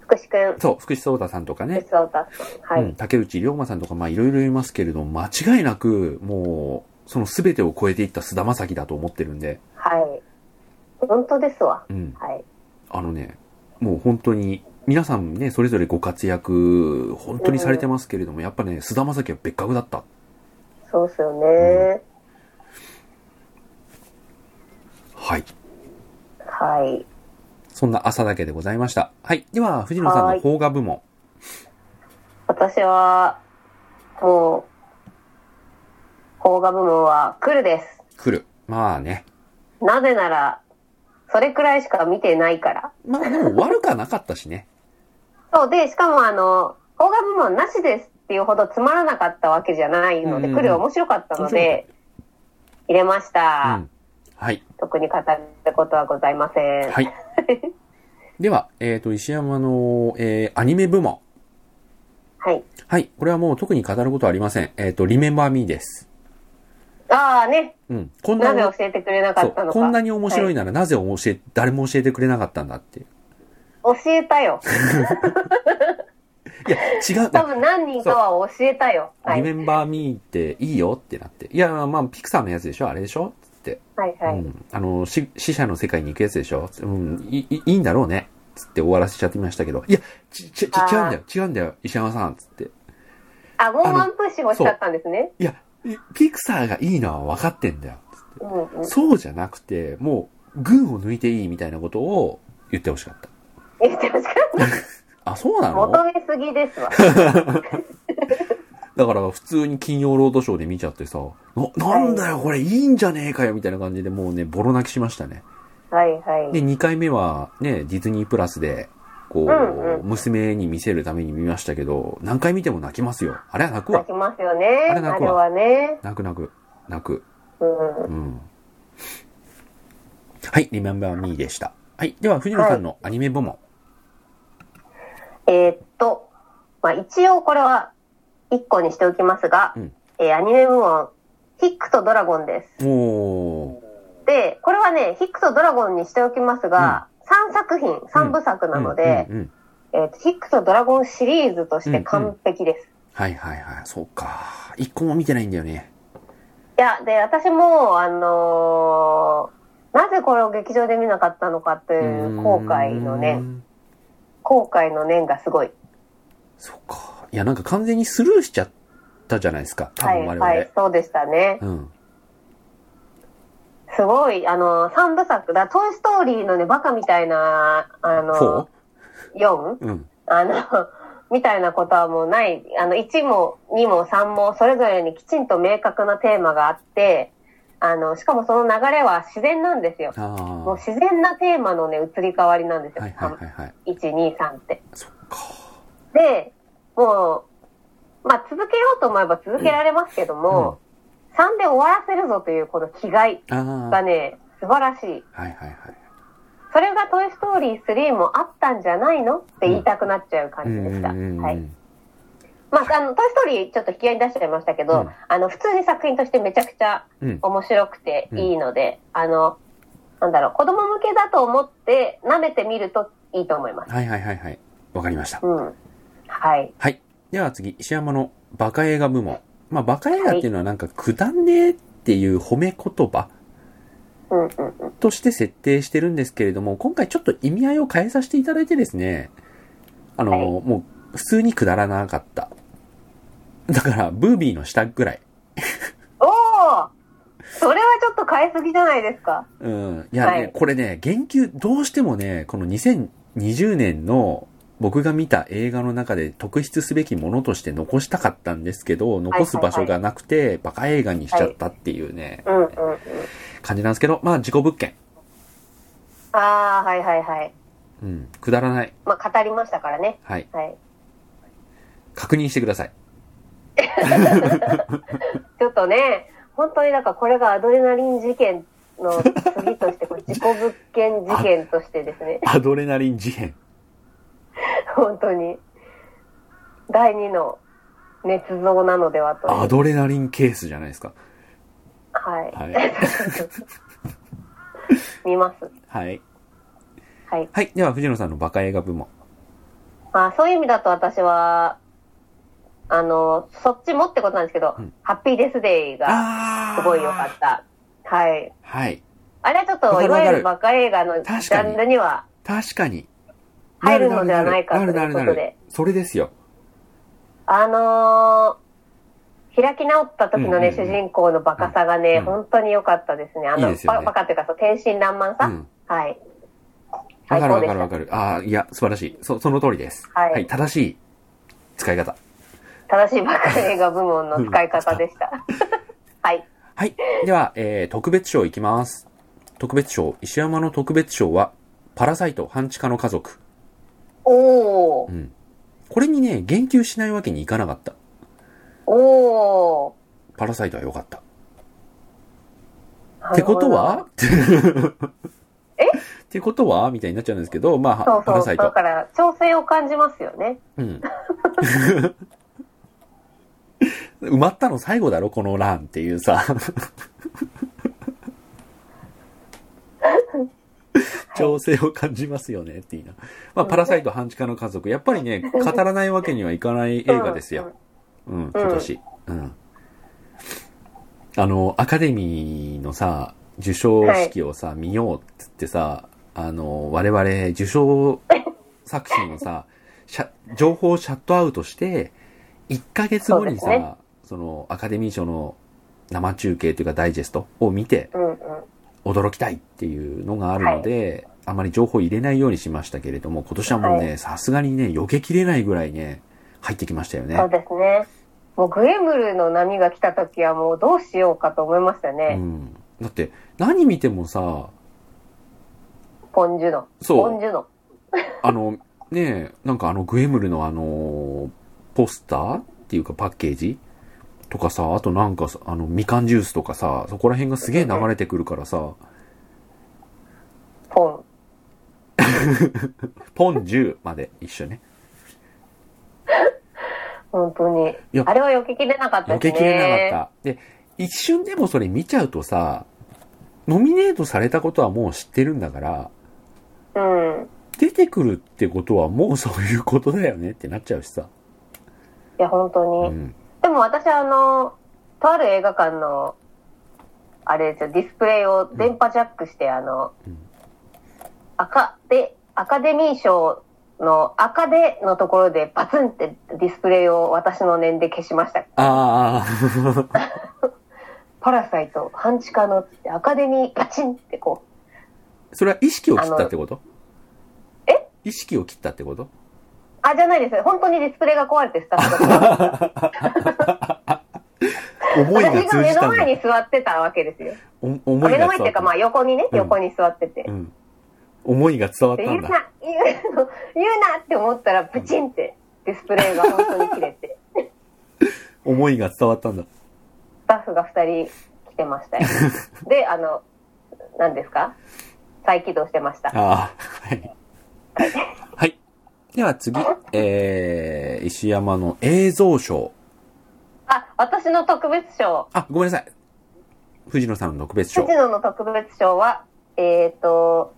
[SPEAKER 2] 福士くん
[SPEAKER 1] ー、、そう、福士蒼太さんとかね、
[SPEAKER 2] 鉄道歌さん。は
[SPEAKER 1] うん、
[SPEAKER 2] い。
[SPEAKER 1] 竹内涼真さんとか、まあ、いろいろいますけれども、間違いなく、もう、その全てを超えていった菅田将暉だと思ってるんで、
[SPEAKER 2] はい。本当ですわ。
[SPEAKER 1] うん。
[SPEAKER 2] はい。
[SPEAKER 1] あのね、もう本当に、皆さんね、それぞれご活躍、本当にされてますけれども、やっぱね、菅田将暉は別格だった。
[SPEAKER 2] そうっすよね。
[SPEAKER 1] はい。
[SPEAKER 2] はい。
[SPEAKER 1] そんな朝だけでございました。はい。では、藤野さん
[SPEAKER 2] は
[SPEAKER 1] の
[SPEAKER 2] い
[SPEAKER 1] 邦画部門。
[SPEAKER 2] 私は、もう、邦画部門は来るです。
[SPEAKER 1] 来る。まあね。
[SPEAKER 2] なぜなら、それくらいしか見てないから。
[SPEAKER 1] まあでも悪かなかった
[SPEAKER 2] [LAUGHS]
[SPEAKER 1] しね。
[SPEAKER 2] そうで、しかもあの、邦画部門なしですっていうほどつまらなかったわけじゃないので、
[SPEAKER 1] うん
[SPEAKER 2] 来る面白かったので、入れまし
[SPEAKER 1] う
[SPEAKER 2] た、
[SPEAKER 1] ん。はい。
[SPEAKER 2] 特に語ることはございません。 [LAUGHS]
[SPEAKER 1] はい。では、えっ、と、石山の、えー、アニメ部門。
[SPEAKER 2] はい。
[SPEAKER 1] はい。これはもう特に語ることはありません。えっ、と、リメンバーミーです。
[SPEAKER 2] ああね、
[SPEAKER 1] うん。こん
[SPEAKER 2] な
[SPEAKER 1] な
[SPEAKER 2] ぜ教えてくれなか
[SPEAKER 1] そ
[SPEAKER 2] った
[SPEAKER 1] う
[SPEAKER 2] の
[SPEAKER 1] こんな
[SPEAKER 2] か。
[SPEAKER 1] に面白いなら、なぜ教え、誰も教えてくれなかったんだっていう。
[SPEAKER 2] 教えた
[SPEAKER 1] [LAUGHS]
[SPEAKER 2] よ。
[SPEAKER 1] いや、違う。
[SPEAKER 2] 多分何人かは教えたよ。は
[SPEAKER 1] リ
[SPEAKER 2] い。
[SPEAKER 1] メンバーミーっていいよってなって。いや、まあ、ピクサーのやつでしょあれでしょつって。
[SPEAKER 2] はいは
[SPEAKER 1] う
[SPEAKER 2] い。
[SPEAKER 1] ん。あの、し死者の世界に行くやつでしょつってうんいい、いいんだろうね。つって終わらせちゃってましたけど。いや、ち、ち、ち、違
[SPEAKER 2] あー
[SPEAKER 1] うんだよ。違うんだよ。石山さん。つって。
[SPEAKER 2] あ、もうワンプッシュ欲しかったんですね。
[SPEAKER 1] いや、いピクサーがいいのは分かってんだよ。つって
[SPEAKER 2] うんうん。
[SPEAKER 1] そうじゃなくて、もう、群を抜いていいみたいなことを言ってほしかった。
[SPEAKER 2] 言ってました。
[SPEAKER 1] あ、そうなの
[SPEAKER 2] 求めすぎで
[SPEAKER 1] [LAUGHS]
[SPEAKER 2] すわ。
[SPEAKER 1] だから普通に金曜ロードショーで見ちゃってさ、な、なんだよこれいいんじゃねえかよみたいな感じでもうね、ボロ泣きしましたね。
[SPEAKER 2] はいは
[SPEAKER 1] で、
[SPEAKER 2] い。
[SPEAKER 1] 2回目はね、ディズニープラスで、こ
[SPEAKER 2] うん
[SPEAKER 1] う
[SPEAKER 2] う、
[SPEAKER 1] 娘に見せるために見ましたけど、何回見ても泣きますよ。あれは泣くわ
[SPEAKER 2] 泣。きますよね。
[SPEAKER 1] あれ
[SPEAKER 2] あれ
[SPEAKER 1] 泣くわ
[SPEAKER 2] はね。
[SPEAKER 1] 泣く泣く。泣く。
[SPEAKER 2] うん。
[SPEAKER 1] うん。はい、リメンバーミーでした。はい、では藤野さんのアニメ部門。
[SPEAKER 2] えーっと、まあ、一応これは1個にしておきますが、
[SPEAKER 1] うん
[SPEAKER 2] えーアニメ部門、ヒックとドラゴンです。
[SPEAKER 1] おー。
[SPEAKER 2] で、これはね、ヒックとドラゴンにしておきますが、3作品、3部作なので、
[SPEAKER 1] うんうんうん
[SPEAKER 2] えーとヒックとドラゴンシリーズとして完璧です。
[SPEAKER 1] はいはいはい。そうか。一個も見てないんだよね。
[SPEAKER 2] いや、で、私も、あのーなぜこれを劇場で見なかったのかっていう後悔の
[SPEAKER 1] うー
[SPEAKER 2] 念、
[SPEAKER 1] ん。
[SPEAKER 2] 後悔の念がすごい。
[SPEAKER 1] そうか。いや、なんか完全にスルーしちゃったじゃないですか。多
[SPEAKER 2] は
[SPEAKER 1] 分
[SPEAKER 2] い、
[SPEAKER 1] 我々。
[SPEAKER 2] はい、そうでしたね。
[SPEAKER 1] うん。
[SPEAKER 2] すごい、あのー、3部作だ、トイストーリーのね、バカみたいな、あの
[SPEAKER 1] 4?
[SPEAKER 2] ー、4?
[SPEAKER 1] うん。
[SPEAKER 2] あの、 [LAUGHS] みたいなことはもうない。あの、1も2も3もそれぞれにきちんと明確なテーマがあって、あの、しかもその流れは自然なんですよ。
[SPEAKER 1] ああ。
[SPEAKER 2] もう
[SPEAKER 1] は
[SPEAKER 2] 自然なテーマのね、移り変わりなんです
[SPEAKER 1] い
[SPEAKER 2] よ。
[SPEAKER 1] はいはいはい。
[SPEAKER 2] 1、2、3って。
[SPEAKER 1] そっか。
[SPEAKER 2] で、もう、まあ、続けようと思えば続けられますけども、3で終わらせるぞというこの気概
[SPEAKER 1] ああ。
[SPEAKER 2] がね、素晴らしい。
[SPEAKER 1] はいはいはい。
[SPEAKER 2] それがトイストーリー3もあったんじゃないのって言いたくなっちゃう
[SPEAKER 1] う
[SPEAKER 2] 感じ
[SPEAKER 1] ん
[SPEAKER 2] で
[SPEAKER 1] う
[SPEAKER 2] し
[SPEAKER 1] ん
[SPEAKER 2] た。
[SPEAKER 1] うんうん。
[SPEAKER 2] はい。まあ、あの、トイストーリーちょっと引き合いに出しちゃいましたけど、
[SPEAKER 1] うん
[SPEAKER 2] あの、普通に作品としてめちゃくちゃ
[SPEAKER 1] うん。
[SPEAKER 2] 面白くていいので、あの、なんだろう、子供向けだと思って舐めてみるといいと思います。
[SPEAKER 1] はいはいはいはい。わかりました。
[SPEAKER 2] うん。はい。
[SPEAKER 1] はい。では次、石山のバカ映画部門。まあ、バカ映画っていうのはなんか、くだんねえっていう褒め言葉
[SPEAKER 2] うんうんうん。
[SPEAKER 1] として設定してるんですけれども、今回ちょっと意味合いを変えさせていただいてですね、あの、
[SPEAKER 2] はい
[SPEAKER 1] もう、普通にくだらなかった。だから、ブービーの下ぐらい。
[SPEAKER 2] おーそれはちょっと変えすぎじゃないですか。
[SPEAKER 1] うん。いやね、
[SPEAKER 2] はい
[SPEAKER 1] これね、言及、どうしてもね、この2020年の僕が見た映画の中で特筆すべきものとして残したかったんですけど、残す場所がなくて、バカ映画にしちゃったっていうね、
[SPEAKER 2] うんうんうん。
[SPEAKER 1] 感じなんですけど、まあ、事故物件。
[SPEAKER 2] ああ、はいはいはい。
[SPEAKER 1] うん。くだらない。
[SPEAKER 2] まあ、語りましたからね。
[SPEAKER 1] はい。
[SPEAKER 2] はい。
[SPEAKER 1] 確認してください。
[SPEAKER 2] ちょっとね、本当になんかこれがアドレナリン事件の次として、これ事故物件事件としてですね。 [LAUGHS]
[SPEAKER 1] アドレナリン事変。
[SPEAKER 2] 本当に第二の捏造なのではという
[SPEAKER 1] アドレナリンケースじゃないですか。
[SPEAKER 2] はい、 [LAUGHS]
[SPEAKER 1] はい。
[SPEAKER 2] 見ます
[SPEAKER 1] はい。
[SPEAKER 2] はい
[SPEAKER 1] はい。では、藤野さんのバカ映画部門。
[SPEAKER 2] あそういう意味だと私はあのそっちもってことなんですけど、
[SPEAKER 1] うん
[SPEAKER 2] ハッピーデスデイが
[SPEAKER 1] あ
[SPEAKER 2] すごい良か
[SPEAKER 1] た。
[SPEAKER 2] ったはい
[SPEAKER 1] はい。
[SPEAKER 2] あれはちょっ
[SPEAKER 1] わか
[SPEAKER 2] とい
[SPEAKER 1] るわ
[SPEAKER 2] わ
[SPEAKER 1] かる
[SPEAKER 2] ゆるバカ映画のジ
[SPEAKER 1] 確か
[SPEAKER 2] ャ
[SPEAKER 1] に
[SPEAKER 2] ンルには
[SPEAKER 1] 確かに。
[SPEAKER 2] 入るのではないか
[SPEAKER 1] なるなるなる
[SPEAKER 2] ということで
[SPEAKER 1] それですよ。
[SPEAKER 2] あのー開き直った時のね、
[SPEAKER 1] うんうんうん
[SPEAKER 2] 主人公のバカさがね、
[SPEAKER 1] うん
[SPEAKER 2] 本当に良かったですね。あの、
[SPEAKER 1] いいですよね
[SPEAKER 2] ババカっていうかそう、天真爛漫
[SPEAKER 1] う
[SPEAKER 2] さ、
[SPEAKER 1] ん。
[SPEAKER 2] はい。
[SPEAKER 1] わか
[SPEAKER 2] 最
[SPEAKER 1] る
[SPEAKER 2] 高
[SPEAKER 1] わ
[SPEAKER 2] で
[SPEAKER 1] か
[SPEAKER 2] し
[SPEAKER 1] る
[SPEAKER 2] た
[SPEAKER 1] わ。かる。ああ、いや、素晴らしい。そ、その通りです。
[SPEAKER 2] はい
[SPEAKER 1] 正しい使い方。
[SPEAKER 2] 正しいバカ映画部門の使い方でした。はい。
[SPEAKER 1] はい。では、えー、特別賞いきます。特別賞、石山の特別賞は、パラサイト半地下の家族。
[SPEAKER 2] おー
[SPEAKER 1] う。ん。これにね、言及しないわけにいかなかった。
[SPEAKER 2] おー。
[SPEAKER 1] パラサイトは良かった。[LAUGHS]
[SPEAKER 2] な
[SPEAKER 1] っ
[SPEAKER 2] る
[SPEAKER 1] て
[SPEAKER 2] ほ
[SPEAKER 1] こ
[SPEAKER 2] ど
[SPEAKER 1] とは [LAUGHS] ってことはみたいになっちゃうんですけど、まあ、
[SPEAKER 2] そう
[SPEAKER 1] パラ
[SPEAKER 2] そ
[SPEAKER 1] サ
[SPEAKER 2] う。
[SPEAKER 1] イ
[SPEAKER 2] だ
[SPEAKER 1] ト。
[SPEAKER 2] から、調整を感じますよね。
[SPEAKER 1] うん。埋まったの最後だろこの欄っていう
[SPEAKER 2] [LAUGHS]
[SPEAKER 1] さ。調整を感じますよねっていいな。まあ、パラサイト半地下の家族。やっぱりね、語らないわけにはいかない映画ですよ。うん、今年。うん。あの、アカデミーのさ、受賞式をさ、見ようっつってさ、あの、我々、受賞作品を
[SPEAKER 2] [LAUGHS]
[SPEAKER 1] さ、シャ情報をシャットアウトして、1ヶ月後にさ、
[SPEAKER 2] そう
[SPEAKER 1] そ,、
[SPEAKER 2] ですね
[SPEAKER 1] の、アカデミー賞の生中継というかダイジェストを見て、
[SPEAKER 2] うんうん。うん
[SPEAKER 1] 驚きたいっていうのがあるので、あまり情報入れないようにしましたけれども、今年はもうね、さすがにね、避けきれないぐらいね、入ってきましたよね。
[SPEAKER 2] そうですね。もうグエムルの波が来た時はもうどうしようかと思いました
[SPEAKER 1] う
[SPEAKER 2] ね。
[SPEAKER 1] ん、だって何見てもさ
[SPEAKER 2] ポンジュの。
[SPEAKER 1] そう
[SPEAKER 2] ポンジュの。
[SPEAKER 1] あのねえなんかあのグエムルのあのポスターっていうかパッケージとかさあとなんかさあのみかんジュースとかさそこら辺がすげえ流れてくるからさ
[SPEAKER 2] ポン。
[SPEAKER 1] ポンジュまで一緒ね
[SPEAKER 2] 本当に
[SPEAKER 1] いや。
[SPEAKER 2] あれは避けきれなかった
[SPEAKER 1] 避
[SPEAKER 2] で
[SPEAKER 1] け
[SPEAKER 2] すね。
[SPEAKER 1] きれなかった。で、一瞬でもそれ見ちゃうとさ、ノミネートされたことはもう知ってるんだから、
[SPEAKER 2] た。うん。
[SPEAKER 1] 出てくるってことはもうそういうことだよねってなっちゃうしさ。
[SPEAKER 2] いや、本当
[SPEAKER 1] う
[SPEAKER 2] に。
[SPEAKER 1] ん。
[SPEAKER 2] でも私、あの、とある映画館の、あれですよ、ディスプレイを電波ジャックして、あの、
[SPEAKER 1] うん
[SPEAKER 2] 赤で、アカデミー賞の赤でのところでバツンってディスプレイを私の念で消しました。
[SPEAKER 1] ああ、
[SPEAKER 2] パラサイト、半地下のつって、アカデミーガチンってこ
[SPEAKER 1] それは意識を切ったってこと
[SPEAKER 2] え
[SPEAKER 1] 意識を切ったってこと
[SPEAKER 2] う。あ、じゃないです。本当にディスプレイが壊れてスタッフ
[SPEAKER 1] [LAUGHS]
[SPEAKER 2] が。
[SPEAKER 1] 思いが
[SPEAKER 2] 私が
[SPEAKER 1] 通じ
[SPEAKER 2] 目
[SPEAKER 1] た
[SPEAKER 2] の
[SPEAKER 1] んだ
[SPEAKER 2] 前。に座ってたわけですよ。
[SPEAKER 1] お思い
[SPEAKER 2] 目
[SPEAKER 1] が伝わ
[SPEAKER 2] の
[SPEAKER 1] っ
[SPEAKER 2] 前ってい
[SPEAKER 1] た
[SPEAKER 2] うか、まあ横にね、
[SPEAKER 1] うん
[SPEAKER 2] 横に座ってて。
[SPEAKER 1] うん。思いが伝わった
[SPEAKER 2] 言うんな
[SPEAKER 1] だ。、
[SPEAKER 2] 言うの、言うなって思ったら、プチンって、ディスプレイが本当に切
[SPEAKER 1] [LAUGHS]
[SPEAKER 2] れて、
[SPEAKER 1] 思いが伝わったんだ。
[SPEAKER 2] スタッフが2人来てましたよ。で、あの、何ですか再起動してました。
[SPEAKER 1] ああ、はい。はい。では次、えー、石山の映像賞。
[SPEAKER 2] あ、私の特別賞、
[SPEAKER 1] あ、ごめんなさい。藤野さんの特別賞。
[SPEAKER 2] 藤野の特別賞は、えっ、と、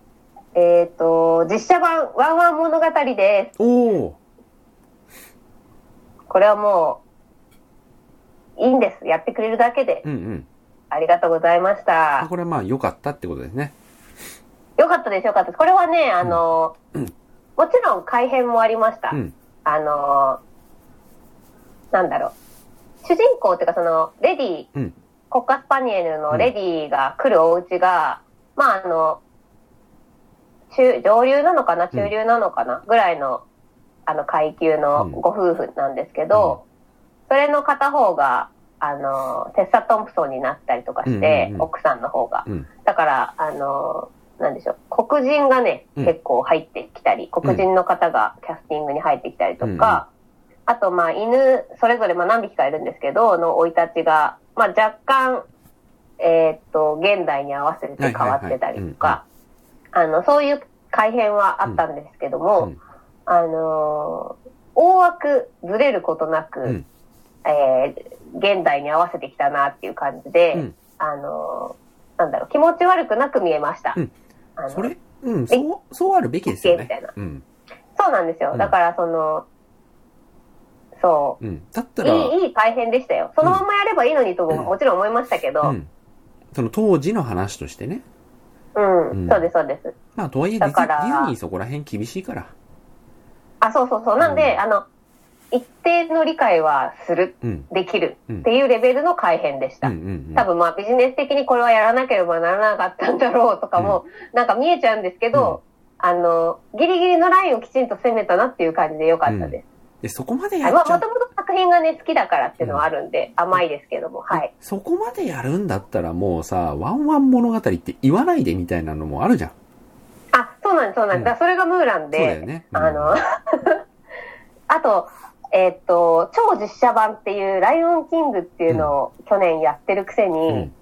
[SPEAKER 2] えっ、と、実写版、ワンワン物語です。
[SPEAKER 1] おー
[SPEAKER 2] これはもう、いいんです。やってくれるだけで
[SPEAKER 1] う。んうん。
[SPEAKER 2] ありがとうございまし
[SPEAKER 1] あ
[SPEAKER 2] た。
[SPEAKER 1] これはまあ良かったってことですね。
[SPEAKER 2] よかったです、よかったです。これはね、あの、もちろん改編もありました。
[SPEAKER 1] うん。
[SPEAKER 2] あのーなんだろう。主人公っていうかその、レディ、
[SPEAKER 1] うん。
[SPEAKER 2] 国家スパニエルのレディが来るお家が、まああの、中、上流なのかな中流なのかな、ぐらいの、あの階級の
[SPEAKER 1] うん
[SPEAKER 2] ご夫婦なんですけど、それの片方が、あの、テッサ・トンプソンになったりとかして、
[SPEAKER 1] うんうんうん
[SPEAKER 2] 奥さんの方が。
[SPEAKER 1] うん。
[SPEAKER 2] だから、あのーなんでしょう、黒人がね、
[SPEAKER 1] うん
[SPEAKER 2] 結構入ってきたり、黒人の方がキャスティングに入ってきたりとか、あと、まあ、犬、それぞれ、まあ、何匹かいるんですけど、の生い立ちが、まあ、若干、えーっと、現代に合わせて変わってたりとか、あの、そういう改変はあったんですけども、
[SPEAKER 1] うん
[SPEAKER 2] あのー大枠ずれることなく、
[SPEAKER 1] うん
[SPEAKER 2] えー現代に合わせてきたなっていう感じで、
[SPEAKER 1] うん
[SPEAKER 2] あのーなんだろう、気持ち悪くなく見えました。
[SPEAKER 1] うん
[SPEAKER 2] あの
[SPEAKER 1] それ、うん、そう、そうあるべきですよね
[SPEAKER 2] みたいな。
[SPEAKER 1] うん。
[SPEAKER 2] そうなんですよ。
[SPEAKER 1] うん
[SPEAKER 2] だから、その、そ
[SPEAKER 1] うん。だった
[SPEAKER 2] う、
[SPEAKER 1] ら、
[SPEAKER 2] いい、いい改変でしたよ。そのままやればいいのにとも、
[SPEAKER 1] うん
[SPEAKER 2] もちろん思いましたけど、
[SPEAKER 1] うん。その当時の話としてね。
[SPEAKER 2] うん、
[SPEAKER 1] うん
[SPEAKER 2] そうです、そうです。
[SPEAKER 1] まあ、とはいえディズ、
[SPEAKER 2] だから
[SPEAKER 1] ディズニーそこら辺厳しいから。
[SPEAKER 2] あ、そうそうそう。なんで、
[SPEAKER 1] うん
[SPEAKER 2] あの、一定の理解はする、
[SPEAKER 1] うん。
[SPEAKER 2] できる
[SPEAKER 1] うん
[SPEAKER 2] っていうレベルの改変でし
[SPEAKER 1] う
[SPEAKER 2] た。
[SPEAKER 1] んうんうん。
[SPEAKER 2] 多分まあビジネス的にこれはやらなければならなかったんだろうとかも、なんか見えちゃうんですけど、あの、ギリギリのラインをきちんと攻めたなっていう感じでよかったです。
[SPEAKER 1] で、そこまでや
[SPEAKER 2] は
[SPEAKER 1] っ
[SPEAKER 2] いまあ、
[SPEAKER 1] ちゃ
[SPEAKER 2] も
[SPEAKER 1] う
[SPEAKER 2] と。もと作品がね、好きだからっていうのはあるんで、甘いですけども、はい。
[SPEAKER 1] そこまでやるんだったらもうさ、ワンワン物語って言わないでみたいなのもあるじゃん。
[SPEAKER 2] あ、そうなんです、そうなん
[SPEAKER 1] うん
[SPEAKER 2] です。だからそれがムーラン
[SPEAKER 1] そうだよ
[SPEAKER 2] で、
[SPEAKER 1] ね。
[SPEAKER 2] あの、 [LAUGHS] あと、えーっと、超実写版っていう、ライオンキングっていうのを去年やってるくせに、
[SPEAKER 1] うん、うん。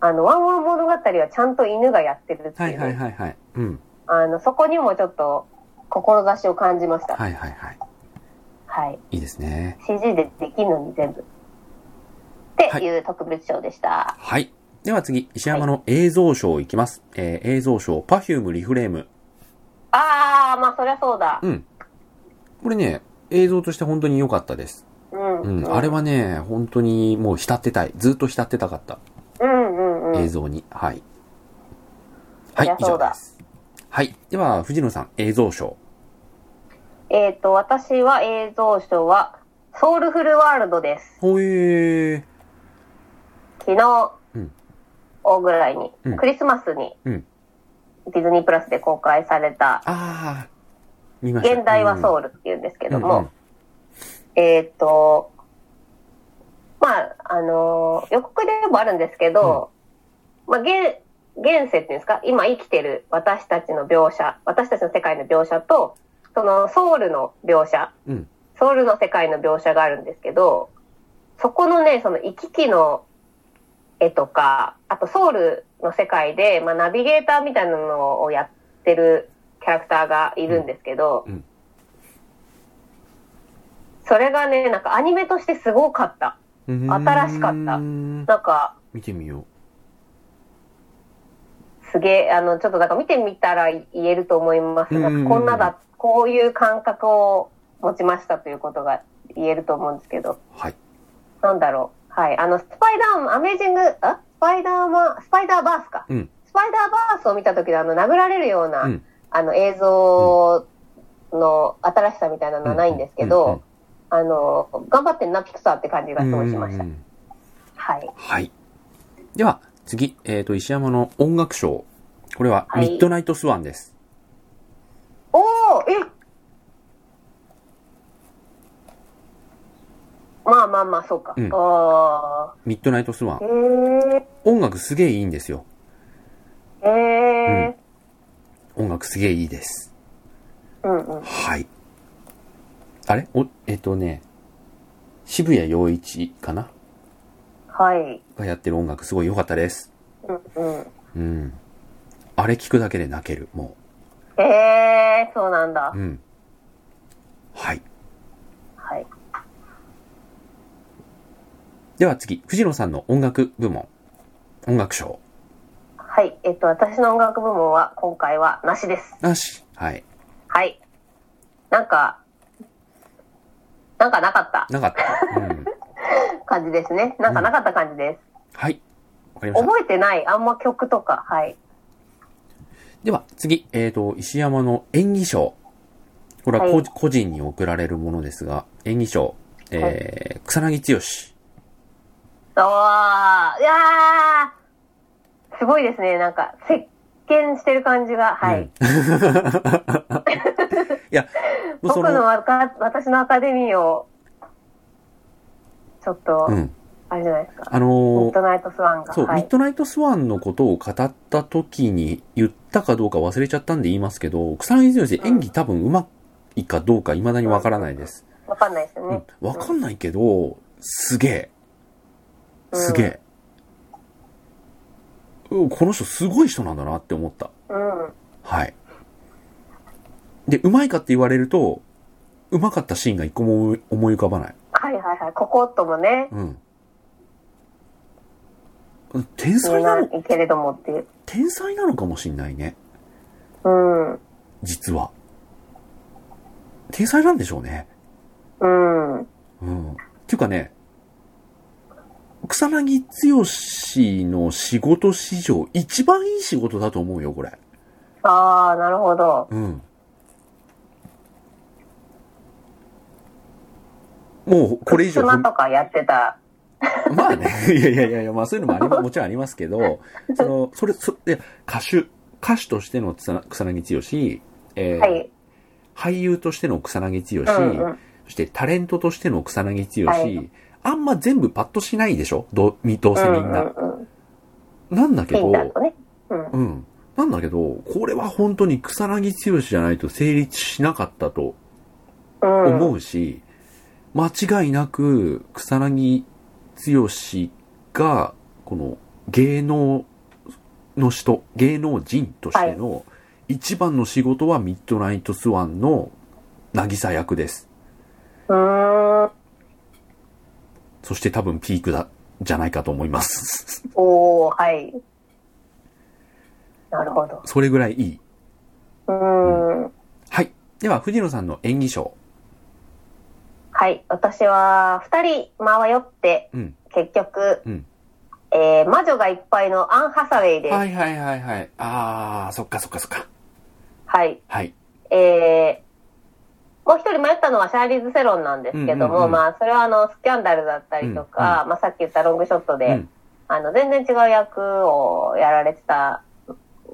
[SPEAKER 2] あの、ワンワン物語はちゃんと犬がやってるって、
[SPEAKER 1] はいいうはいはいはい。うん。
[SPEAKER 2] あの、そこにもちょっと、志を感じました。
[SPEAKER 1] はいはいはい。
[SPEAKER 2] はい。
[SPEAKER 1] いいですね。
[SPEAKER 2] CG でできるのに全部。
[SPEAKER 1] は
[SPEAKER 2] っ
[SPEAKER 1] い
[SPEAKER 2] ていう特別賞でした。
[SPEAKER 1] はい。では次、石山の映像賞いきます。えー、映像賞、Perfume リフレーム。
[SPEAKER 2] あー、まあそりゃそうだ。
[SPEAKER 1] うん。これね、映像として本当に良かったです。
[SPEAKER 2] うん。
[SPEAKER 1] うん。あれはね、本当にもう浸ってたい。ずっと浸ってたかった。
[SPEAKER 2] うんうんうん。
[SPEAKER 1] 映像に。はい。はい
[SPEAKER 2] いや、
[SPEAKER 1] 以上
[SPEAKER 2] そうだ
[SPEAKER 1] です。はい。では、藤野さん、映像賞。
[SPEAKER 2] えっ、と、私は映像賞は、ソウルフルワールドです。
[SPEAKER 1] ほえー。
[SPEAKER 2] 昨日、
[SPEAKER 1] うん
[SPEAKER 2] 大ぐらいに、
[SPEAKER 1] うん
[SPEAKER 2] クリスマスに、
[SPEAKER 1] うん
[SPEAKER 2] ディズニープラスで公開された、
[SPEAKER 1] ああ、見ました。
[SPEAKER 2] 現代はソ
[SPEAKER 1] う
[SPEAKER 2] ウルっていうんですけ
[SPEAKER 1] け
[SPEAKER 2] ども、えーっと、まあ、あのー予告でもあるんですけど、まあ、現、現世っていうんですか、今生きてる私たちの描写、私たちの世界の描写と、そのソウルの描写、
[SPEAKER 1] うん
[SPEAKER 2] ソウルの世界の描写があるんですけど、そこのね、その行き来の絵とか、あとソウルの世界で、まあ、ナビゲーターみたいなのをやってるキャラクターがいるんですけど、
[SPEAKER 1] うんうん
[SPEAKER 2] それがね、なんかアニメとしてすごかった。新しかった
[SPEAKER 1] た。
[SPEAKER 2] なんか、
[SPEAKER 1] 見てみよう。
[SPEAKER 2] すげえ、あの、ちょっとなんか見てみたら言えると思います。
[SPEAKER 1] うん
[SPEAKER 2] なんかこんなだ、こういう感覚を持ちましたということが言えると思うんですけど、
[SPEAKER 1] はい。
[SPEAKER 2] なんだろう。はい。あの、スパイダーマン、アメージング、あスパイダーマン、スパイダーバースか。
[SPEAKER 1] うん
[SPEAKER 2] スパイダーバースを見た時のあの、殴られるような、
[SPEAKER 1] うん
[SPEAKER 2] あの、映像の新しさみたいなのはないんですけど、あの、頑張ってんな、ピクサーって感じが
[SPEAKER 1] うん、
[SPEAKER 2] すごいしました。
[SPEAKER 1] うんうんうん
[SPEAKER 2] はい。
[SPEAKER 1] はい。では、次、えっ、と、石山の音楽賞。これは、
[SPEAKER 2] はい
[SPEAKER 1] ミッドナイトスワンです。
[SPEAKER 2] おおえまあまあまあ、そうか。
[SPEAKER 1] うん
[SPEAKER 2] ああ。
[SPEAKER 1] ミッドナイトスワン
[SPEAKER 2] え。ー、
[SPEAKER 1] 音楽すげえいいんですよ。
[SPEAKER 2] えー、
[SPEAKER 1] 音楽すげえいいです。
[SPEAKER 2] うんうん。
[SPEAKER 1] はい。あれお、えっ、とね、渋谷陽一かな
[SPEAKER 2] はい。
[SPEAKER 1] がやってる音楽すごい良かったです。
[SPEAKER 2] うんうん。
[SPEAKER 1] うん。あれ聞くだけで泣ける、も
[SPEAKER 2] えー、そうなんだ
[SPEAKER 1] う。う。ん。はい。
[SPEAKER 2] はい。
[SPEAKER 1] では次、藤野さんの音楽部門。音楽賞。
[SPEAKER 2] はい。えっと、私の音楽部門は、今回は、なしです。
[SPEAKER 1] なし。はい。
[SPEAKER 2] はい。なんか、なんかなかった
[SPEAKER 1] なかった。うん。
[SPEAKER 2] 感じですね。なんかなかった感じです。
[SPEAKER 1] はい。わかりました。
[SPEAKER 2] 覚えてない。あんま曲とか。はい。
[SPEAKER 1] では、次、えっ、と、石山の演技賞。これはこ
[SPEAKER 2] はい
[SPEAKER 1] 個人に贈られるものですが、演技賞、えー、草薙剛。
[SPEAKER 2] おー、いやー、すごいですね。なんか、石鹸してる感じが。はい。
[SPEAKER 1] うん。 [LAUGHS] いや、もうそ
[SPEAKER 2] 僕の
[SPEAKER 1] の、
[SPEAKER 2] わか私のアカデミーを、ちょっと、
[SPEAKER 1] うん。
[SPEAKER 2] あれじゃないですか。
[SPEAKER 1] あの
[SPEAKER 2] ミッド
[SPEAKER 1] ー、
[SPEAKER 2] ナイトスワンが。
[SPEAKER 1] そう、
[SPEAKER 2] は
[SPEAKER 1] ミッ
[SPEAKER 2] い。
[SPEAKER 1] ドナイトスワンのことを語った時に言ったかどうか忘れちゃったんで言いますけど、草薙剛演技多分うまいかどうか未だにわからないです。
[SPEAKER 2] わかんないですよね。
[SPEAKER 1] うん、わかんないけど、すげえ。
[SPEAKER 2] うん
[SPEAKER 1] すげえ。うん、この人すごい人なんだなって思った。
[SPEAKER 2] うん。
[SPEAKER 1] はい。で、うまいかって言われると、うまかったシーンが一個も思い浮かばない。
[SPEAKER 2] はいはいはい。ここともね、
[SPEAKER 1] うん。うん天
[SPEAKER 2] 言
[SPEAKER 1] 才
[SPEAKER 2] え
[SPEAKER 1] な
[SPEAKER 2] な
[SPEAKER 1] の、
[SPEAKER 2] いけれどもっていう。
[SPEAKER 1] 天才なのかもしんないね。
[SPEAKER 2] うん。う
[SPEAKER 1] 実は。天才なんでしょうね。
[SPEAKER 2] ん。
[SPEAKER 1] うん。っていうかね、草薙剛の仕事史上一番いい仕事だと思うよ、これ。
[SPEAKER 2] あー、なるほど。
[SPEAKER 1] うん。もう、これ以上
[SPEAKER 2] 妻とかやってた。
[SPEAKER 1] [LAUGHS] まあね、いやいやいやいや、まあそういうのもありまもちろんありますけ
[SPEAKER 2] [LAUGHS]
[SPEAKER 1] ど、その、それ、そいや歌手、歌手としての草草薙剛、えー
[SPEAKER 2] はい。
[SPEAKER 1] 俳優としての草薙
[SPEAKER 2] う
[SPEAKER 1] 剛、
[SPEAKER 2] んうん。
[SPEAKER 1] そしてタレントとしての草薙剛、
[SPEAKER 2] はい
[SPEAKER 1] あんま全部パッとしないでしょどう、どうせみんな。
[SPEAKER 2] うんうんうん。
[SPEAKER 1] なんだけ
[SPEAKER 2] ピン
[SPEAKER 1] ど、
[SPEAKER 2] だとね。うん。
[SPEAKER 1] うん。なんだけど、これは本当に草薙剛じゃないと成立しなかったと
[SPEAKER 2] うん。
[SPEAKER 1] 思うし、間違いなく草薙剛が、この芸能の人、芸能人としての一番の仕事はミッドナイトスワンの渚役です。
[SPEAKER 2] うーん。
[SPEAKER 1] そして多分ピークだ、じゃないかと思い
[SPEAKER 2] [LAUGHS]
[SPEAKER 1] ます。
[SPEAKER 2] おー、はい。なるほど。
[SPEAKER 1] それぐらいいい。
[SPEAKER 2] うーん。
[SPEAKER 1] はい。では、藤野さんの演技賞。
[SPEAKER 2] はい。私は、二人回よって、
[SPEAKER 1] うん。
[SPEAKER 2] 結局、
[SPEAKER 1] うん
[SPEAKER 2] えー魔女がいっぱいのアン・ハサウェイです。は。
[SPEAKER 1] はいいはいはいはい。あー、そっかそっかそっか。はい。
[SPEAKER 2] えーもう一人迷ったのはシャーリーズ・セロンなんですけど
[SPEAKER 1] うんうん
[SPEAKER 2] も、
[SPEAKER 1] うん
[SPEAKER 2] まあ、それはあの、スキャンダルだったりとか、まあ、さっき言ったロングショットで、
[SPEAKER 1] うん
[SPEAKER 2] あの、全然違う役をやられてた、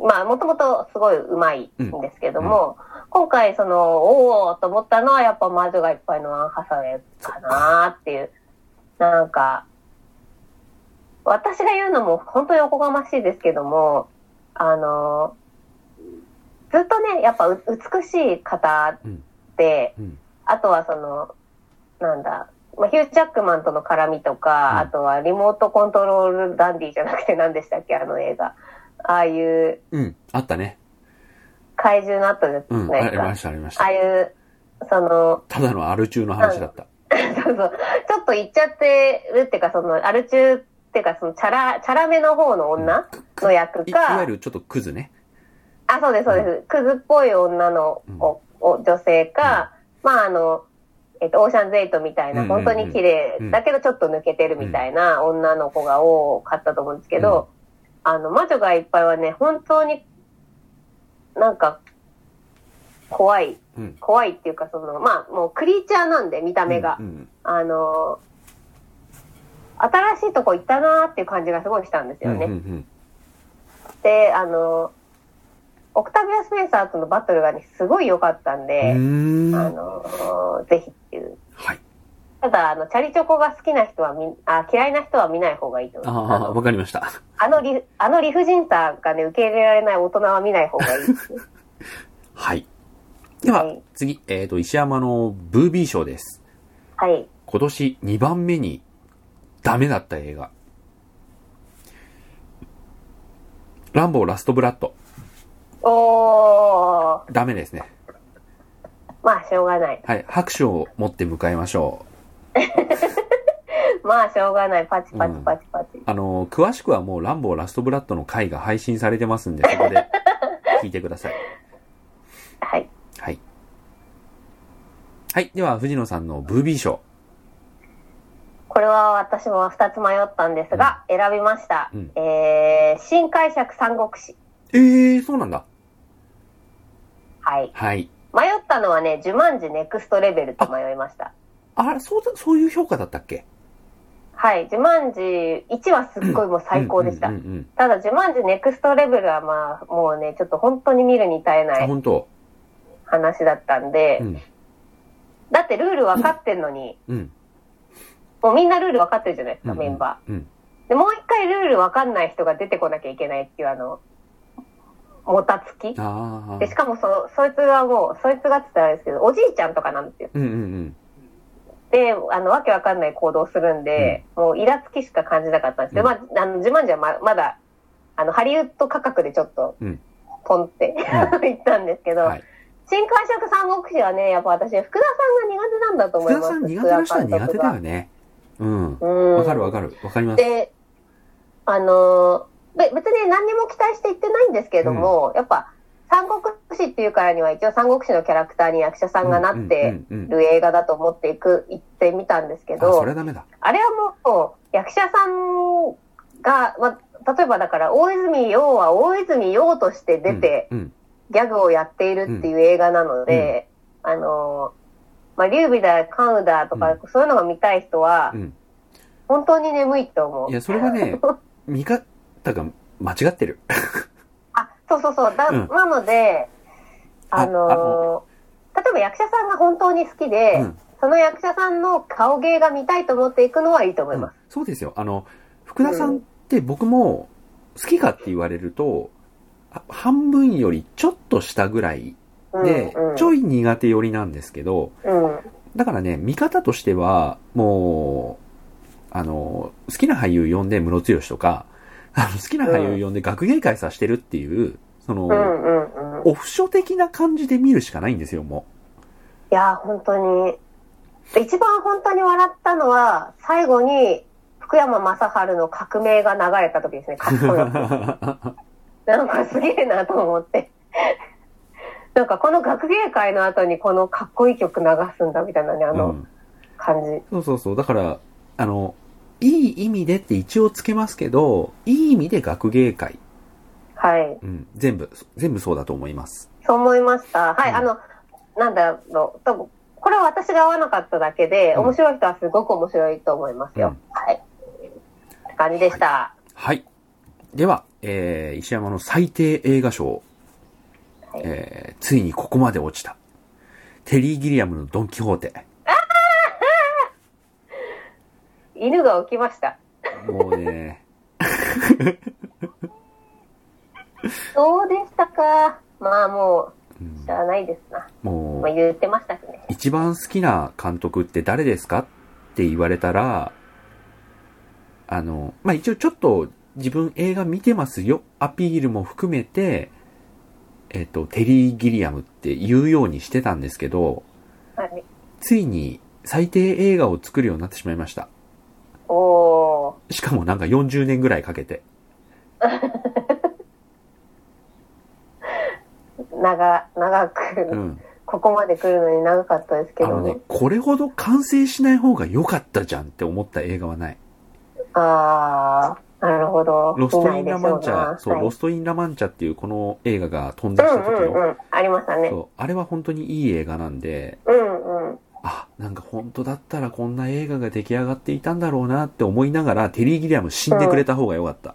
[SPEAKER 2] まあ、もともとすごい上手いんですけども、今回、その、おおと思ったのは、やっぱ魔女がいっぱいのアン・ハサウェイかなーっていう、なんか、私が言うのも本当におこがましいですけども、あの、ずっとね、やっぱう美しい方で、
[SPEAKER 1] うん。
[SPEAKER 2] あとはその、なんだ、まあ、ヒュー・ジャックマンとの絡みとか、
[SPEAKER 1] うん
[SPEAKER 2] あとはリモートコントロールダンディじゃなくて何でしたっけ、あの映画。ああいう
[SPEAKER 1] うん。あったね。
[SPEAKER 2] 怪獣の後じゃ
[SPEAKER 1] うん。
[SPEAKER 2] な
[SPEAKER 1] あ
[SPEAKER 2] いで
[SPEAKER 1] り
[SPEAKER 2] すか。
[SPEAKER 1] ましたありまし
[SPEAKER 2] あ
[SPEAKER 1] た
[SPEAKER 2] あ。いう、その、 [LAUGHS]
[SPEAKER 1] ただのアル中の話だった。
[SPEAKER 2] そうそう。ちょっと言っちゃってるっていうか、その、アル中っていうか、その、チャラ、チャラめの方の女の役
[SPEAKER 1] いいわ
[SPEAKER 2] か
[SPEAKER 1] ゆ、るちょっとクズね。
[SPEAKER 2] あ、そうです、そうです。クズっぽい女の、おお女性か、まあ、あの、えっと、オーシャンズエイトみたいな、
[SPEAKER 1] うんうんう
[SPEAKER 2] 本
[SPEAKER 1] ん
[SPEAKER 2] 当に綺麗
[SPEAKER 1] うん
[SPEAKER 2] だけどちょっと抜けてるみたいな女の子が多かったと思うんですけど、あの、魔女がいっぱいはね、本当に、なんか、怖い、
[SPEAKER 1] うん。
[SPEAKER 2] 怖いっていうか、その、まあ、もうクリーチャーなんで、見た目が
[SPEAKER 1] う。ん。
[SPEAKER 2] あの新しいとこ行ったなーっていう感じがすごいしたんです
[SPEAKER 1] うん
[SPEAKER 2] よ
[SPEAKER 1] うん
[SPEAKER 2] ね。
[SPEAKER 1] うん
[SPEAKER 2] で、あのオクタビア・スペンサーとのバトルがね、すごい良かったん
[SPEAKER 1] う
[SPEAKER 2] で、
[SPEAKER 1] ん。う
[SPEAKER 2] あ
[SPEAKER 1] ーん。
[SPEAKER 2] のぜひっていう。
[SPEAKER 1] はい。
[SPEAKER 2] ただ、あの、チャリチョコが好きな人はみ、あ、嫌いな人は見ない方がいいと思
[SPEAKER 1] あ
[SPEAKER 2] います。あ
[SPEAKER 1] あ、
[SPEAKER 2] の
[SPEAKER 1] わかりました。
[SPEAKER 2] あの理、あの理不尽さがね、受け入れられない大人は見ない方がい
[SPEAKER 1] [LAUGHS]
[SPEAKER 2] い。
[SPEAKER 1] はい。では、
[SPEAKER 2] はい
[SPEAKER 1] 次、えっ、と、石山のブービー賞です。
[SPEAKER 2] はい。
[SPEAKER 1] 今年2番目にダメだった映画。ランボーラストブラッド。
[SPEAKER 2] おー、
[SPEAKER 1] ダメですね。
[SPEAKER 2] まあ、しょうがない。
[SPEAKER 1] はい。拍手を持って迎えましょ
[SPEAKER 2] まあ、しょうがない。パチパチパチパチ。
[SPEAKER 1] う。あの、詳しくはもうランボーラストブラッドの回が配信されてますんで、そこで聞いてください。
[SPEAKER 2] はい。
[SPEAKER 1] はい。はい。では、藤野さんのブービー賞。
[SPEAKER 2] これは私も2つ迷ったんですが、選びました。
[SPEAKER 1] うん
[SPEAKER 2] えー、新解釈三国志。
[SPEAKER 1] ええー、そうなんだ。
[SPEAKER 2] はい。
[SPEAKER 1] はい。
[SPEAKER 2] 迷ったのはね、ジュマンジネクストレベルと迷いました。
[SPEAKER 1] あれ、そうだ、そういう評価だったっけ
[SPEAKER 2] はい。ジュマンジ1はすっごいもう最高でした。
[SPEAKER 1] うんうんうんうん
[SPEAKER 2] ただ、ジュマンジネクストレベルはまあ、もうね、ちょっと本当に見るに耐えな
[SPEAKER 1] あ、
[SPEAKER 2] い
[SPEAKER 1] 本当。
[SPEAKER 2] 話だったんで、
[SPEAKER 1] うん。
[SPEAKER 2] だってルール分かってんのに、
[SPEAKER 1] うん。
[SPEAKER 2] もうみんなルール分かってるじゃないですか、
[SPEAKER 1] うん
[SPEAKER 2] メンバ
[SPEAKER 1] うん。
[SPEAKER 2] ー。で、もう一回ルール分かんない人が出てこなきゃいけないっていうあの、もたつき
[SPEAKER 1] あ
[SPEAKER 2] で、し
[SPEAKER 1] あ。
[SPEAKER 2] かもそ、そいつがもう、そいつがって言ったらあれですけど、おじいちゃんとかなんですよ。
[SPEAKER 1] うんうん
[SPEAKER 2] で、あの、わけわかんない行動するんで、もう、イラつきしか感じなかったんですけど、まあ、あの、自慢じゃま、まだ、あの、ハリウッド価格でちょっと
[SPEAKER 1] うん、
[SPEAKER 2] ポン [LAUGHS] って、言ったんですけど、
[SPEAKER 1] はい
[SPEAKER 2] 新解釈三国志はね、やっぱ私、福田さんが苦手なんだと
[SPEAKER 1] うん。
[SPEAKER 2] 思い
[SPEAKER 1] 福田
[SPEAKER 2] ま
[SPEAKER 1] さ
[SPEAKER 2] す。
[SPEAKER 1] ん苦手な人は
[SPEAKER 2] 監
[SPEAKER 1] 苦手
[SPEAKER 2] 督
[SPEAKER 1] だ
[SPEAKER 2] が
[SPEAKER 1] よね。うん。
[SPEAKER 2] う
[SPEAKER 1] わ
[SPEAKER 2] ん。
[SPEAKER 1] かるわかる。わかります。
[SPEAKER 2] で、あのー、べ別に何にも期待して言ってないんですけれども、やっぱ、三国志っていうからには一応三国志のキャラクターに役者さんがなって
[SPEAKER 1] うんうんうんうん。
[SPEAKER 2] る映画だと思っていく、行ってみたんですけ
[SPEAKER 1] あ、そ
[SPEAKER 2] ど、
[SPEAKER 1] れは
[SPEAKER 2] あ
[SPEAKER 1] ダメだ。
[SPEAKER 2] れはもう役者さんが、まあ、例えばだから大泉洋は大泉洋として出て
[SPEAKER 1] うん。うん
[SPEAKER 2] ギャグをやっているっていう映画なので、あのー、まあ、劉備だ、関羽だとか、
[SPEAKER 1] う
[SPEAKER 2] そういうのが見たい人は
[SPEAKER 1] う、ん。
[SPEAKER 2] 本当に眠いと思う。
[SPEAKER 1] いや、それはね、見方が間違ってる。
[SPEAKER 2] [LAUGHS] あ、そうそうそう。だ
[SPEAKER 1] うん
[SPEAKER 2] なので、
[SPEAKER 1] あ
[SPEAKER 2] あのー例えば役者さんが本当に好きで、
[SPEAKER 1] うん
[SPEAKER 2] その役者さんの顔芸が見たいと思っていくのはいいと思います。
[SPEAKER 1] そうですよ。あの、福田さんって僕も好きかって言われると、あ半分よりちょっと下ぐらい
[SPEAKER 2] うん、
[SPEAKER 1] で
[SPEAKER 2] うん、、
[SPEAKER 1] ちょい苦手寄りなんですけど、
[SPEAKER 2] うん、
[SPEAKER 1] だからね、見方としては、もう、あの、好きな俳優呼んでムロツヨシとか、あの好きな俳優呼んで学芸会させてるっていう、その、
[SPEAKER 2] うん、うん、うん。い
[SPEAKER 1] オフショ的な感じで見るしかないんですよ、も
[SPEAKER 2] やー、本当に。一番本当に笑ったのは、最後に、福山雅治の革命が流れた時ですね。か
[SPEAKER 1] う。
[SPEAKER 2] っこよ
[SPEAKER 1] [LAUGHS]
[SPEAKER 2] く。なんかすげえなと思って。なんかこの学芸会の後にこのかっこいい曲流すんだみたいなね、あ
[SPEAKER 1] う
[SPEAKER 2] の
[SPEAKER 1] ん、
[SPEAKER 2] 感じ。
[SPEAKER 1] そうそうそう。だから、あの、いい意味でって一応つけますけど、いい意味で学芸会。
[SPEAKER 2] はい。
[SPEAKER 1] うん、全部、全部そうだと思います。
[SPEAKER 2] そう思いました。はい、
[SPEAKER 1] うん
[SPEAKER 2] あの、なんだろう、多分これは私が合わなかっただけで、
[SPEAKER 1] うん
[SPEAKER 2] 面白い人はすごく面白いと思いますよ。はい。って感じでした。
[SPEAKER 1] はい。では、えー、石山の最低映画賞。
[SPEAKER 2] はい
[SPEAKER 1] えー、ついにここまで落ちた。テリー・ギリアムのドン・キホーテ。
[SPEAKER 2] 犬が起きました。
[SPEAKER 1] [LAUGHS] もうね、
[SPEAKER 2] どうでしたかまあも
[SPEAKER 1] う
[SPEAKER 2] う、
[SPEAKER 1] ん
[SPEAKER 2] 知らないですな。
[SPEAKER 1] も
[SPEAKER 2] まあ
[SPEAKER 1] う、
[SPEAKER 2] 言ってましたしね。
[SPEAKER 1] 一番好きな監督って誰ですかって言われたら、あの、まあ、一応ちょっと自分映画見てますよ、アピールも含めて、えっ、と、テリー・ギリアムって言うようにしてたんですけど、
[SPEAKER 2] はい。
[SPEAKER 1] ついに最低映画を作るようになってしまいました。
[SPEAKER 2] おー。
[SPEAKER 1] しかもなんか40年ぐらいかけて。
[SPEAKER 2] 長、長く、
[SPEAKER 1] うん。
[SPEAKER 2] ここまで来るのに長かったですけ
[SPEAKER 1] あ
[SPEAKER 2] ど
[SPEAKER 1] のね、これほど完成しない方が良かったじゃんって思った映画はない。
[SPEAKER 2] あー、なるほど。
[SPEAKER 1] ロス
[SPEAKER 2] 見
[SPEAKER 1] ト
[SPEAKER 2] な
[SPEAKER 1] イ
[SPEAKER 2] い
[SPEAKER 1] ン
[SPEAKER 2] でし
[SPEAKER 1] ラ
[SPEAKER 2] ょ
[SPEAKER 1] マンチ
[SPEAKER 2] な
[SPEAKER 1] ャ、そう、
[SPEAKER 2] はい
[SPEAKER 1] ロストインラマンチャっていうこの映画が飛んで
[SPEAKER 2] う
[SPEAKER 1] きた
[SPEAKER 2] ん
[SPEAKER 1] 時
[SPEAKER 2] う
[SPEAKER 1] の、
[SPEAKER 2] んうん。ありましたね。う
[SPEAKER 1] そう、あれは本当にいい映画なんで、
[SPEAKER 2] んうん。
[SPEAKER 1] あ、なんか本当だったらこんな映画が出来上がっていたんだろうなって思いながら、テリー・ギリアム死んでくれた方が良かった。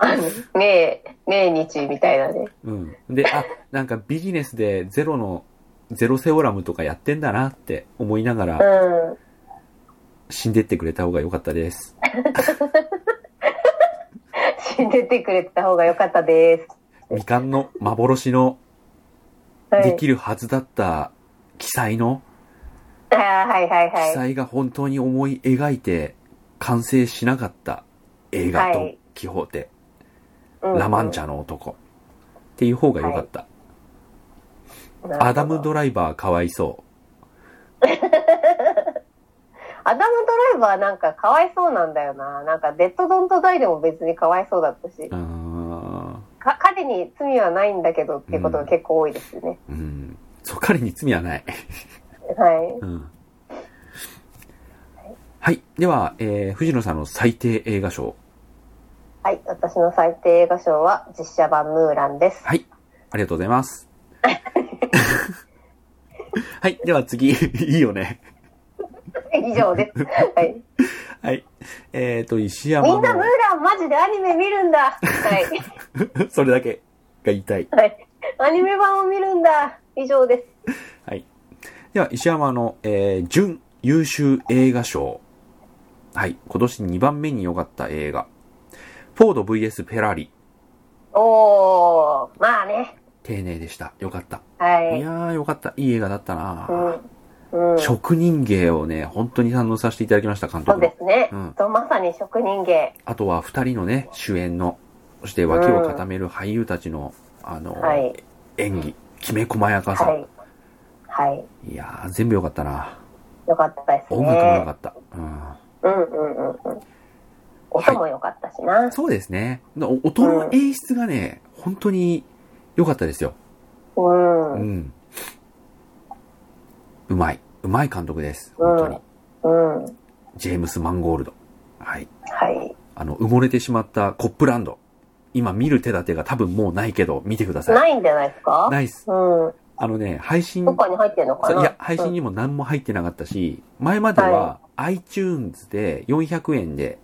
[SPEAKER 2] あの、命、命日みたいなね。
[SPEAKER 1] うん。で、あ、なんかビジネスでゼロの、ゼロセオラムとかやってんだなって思いなが
[SPEAKER 2] う
[SPEAKER 1] ら、
[SPEAKER 2] ん。
[SPEAKER 1] 死んでってくれた方が良かったです。
[SPEAKER 2] 死んで [LAUGHS] てくれた方が良かったです。
[SPEAKER 1] 未完の幻の
[SPEAKER 2] は
[SPEAKER 1] で
[SPEAKER 2] い。
[SPEAKER 1] きるはずだった記載の、
[SPEAKER 2] あーはいはい
[SPEAKER 1] 記
[SPEAKER 2] はい。
[SPEAKER 1] 載が本当に思い描いて完成しなかった映画
[SPEAKER 2] は
[SPEAKER 1] と
[SPEAKER 2] い
[SPEAKER 1] キホーテ、
[SPEAKER 2] うんうん
[SPEAKER 1] ラマンチャの男っていう方が良かった。アダム・ドライバーかわいそ
[SPEAKER 2] アダムドライバーなんかかわいそうなんだよな。なんかデッドドントダイでも別にかわいそうだったし
[SPEAKER 1] う。う、ーん。
[SPEAKER 2] か彼に罪はないんだけどっていうことが結構多いですよね。
[SPEAKER 1] うん。そう、彼に罪はない。
[SPEAKER 2] はい。
[SPEAKER 1] うん。はい。では、えー、藤野さんの最低映画賞。
[SPEAKER 2] はい。私の最低映画賞は実写版ムーランです。 [LAUGHS]
[SPEAKER 1] はい。ありがとうございます。はい。では次、 [LAUGHS] いいよね。
[SPEAKER 2] 以
[SPEAKER 1] [LAUGHS]
[SPEAKER 2] 上です。はい。
[SPEAKER 1] はい。えっ、と、石山
[SPEAKER 2] み
[SPEAKER 1] の。
[SPEAKER 2] んなムーランマジでアニメ見るんだ。は
[SPEAKER 1] [LAUGHS]
[SPEAKER 2] い。
[SPEAKER 1] それだけが言いたい。
[SPEAKER 2] はい。アニメ版を見るんだ。以上です。
[SPEAKER 1] はい。では、石山の、えー、準優秀映画賞。はい。今年2番目に良かった映画。フォード VS フェラーリ。
[SPEAKER 2] おー、まあね。
[SPEAKER 1] 丁寧でした。良かった。
[SPEAKER 2] はい。
[SPEAKER 1] いやー、良かった。いい映画だったなー
[SPEAKER 2] うん。うん。そ
[SPEAKER 1] 職人芸をね、本当に堪能させていただきました、監督の
[SPEAKER 2] うで。すね。
[SPEAKER 1] うん
[SPEAKER 2] そうまさに職人芸。
[SPEAKER 1] あとは二人のね、主演の、そして脇を固める俳優たちの、あの、
[SPEAKER 2] はい。
[SPEAKER 1] 演技、きめ細やかさ。
[SPEAKER 2] はい。はい。
[SPEAKER 1] い、やー、全部良かったな。
[SPEAKER 2] よかったですね。
[SPEAKER 1] 音楽も良かった。うん
[SPEAKER 2] うんうんうんうん。音も良かったしな。
[SPEAKER 1] そうですね。お音の演出がね、本当に良かったですよ。
[SPEAKER 2] うん。
[SPEAKER 1] う
[SPEAKER 2] うん。
[SPEAKER 1] ん。うまい。うまい監督です。本当に。
[SPEAKER 2] は
[SPEAKER 1] ジェームス・マンゴールド。はい。
[SPEAKER 2] い。
[SPEAKER 1] あの、埋もれてしまったコップランド。今見る手立てが多分もうないけど、見てください。
[SPEAKER 2] ないんじゃないですか
[SPEAKER 1] ないっす。
[SPEAKER 2] うん。
[SPEAKER 1] あのね、配信、
[SPEAKER 2] どっかに入ってんのか
[SPEAKER 1] そう
[SPEAKER 2] ない
[SPEAKER 1] や、配信にも何も入ってなかったし、前までは iTunes で400円で、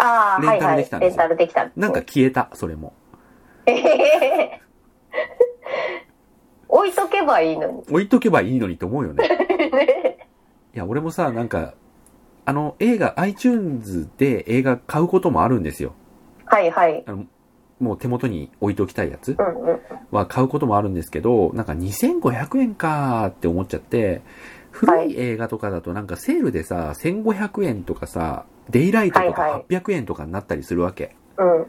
[SPEAKER 2] ああ、は
[SPEAKER 1] レン
[SPEAKER 2] い
[SPEAKER 1] タ
[SPEAKER 2] は
[SPEAKER 1] ルで
[SPEAKER 2] い
[SPEAKER 1] きた。んで
[SPEAKER 2] レ
[SPEAKER 1] す
[SPEAKER 2] ン
[SPEAKER 1] よ
[SPEAKER 2] タルできたですね。
[SPEAKER 1] なんか消えた、それも。
[SPEAKER 2] えへへへ。 [LAUGHS] 置いとけばいいの
[SPEAKER 1] 置いとけばいいのにと思うよね。
[SPEAKER 2] に。ね
[SPEAKER 1] いや、俺もさ、なんか、あの、映画、iTunes で映画買うこともあるんですよ。
[SPEAKER 2] [LAUGHS] はいはい。
[SPEAKER 1] もう手元に置いておきたいやつ
[SPEAKER 2] うんうん。
[SPEAKER 1] は買うこともあるんですけど、なんか2500円かーって思っちゃって、古い映画とかだとなんかセールでさ、1500円とかさ、デイライトと
[SPEAKER 2] はいは
[SPEAKER 1] か
[SPEAKER 2] い
[SPEAKER 1] 800円とかになったりするわけ。
[SPEAKER 2] うん。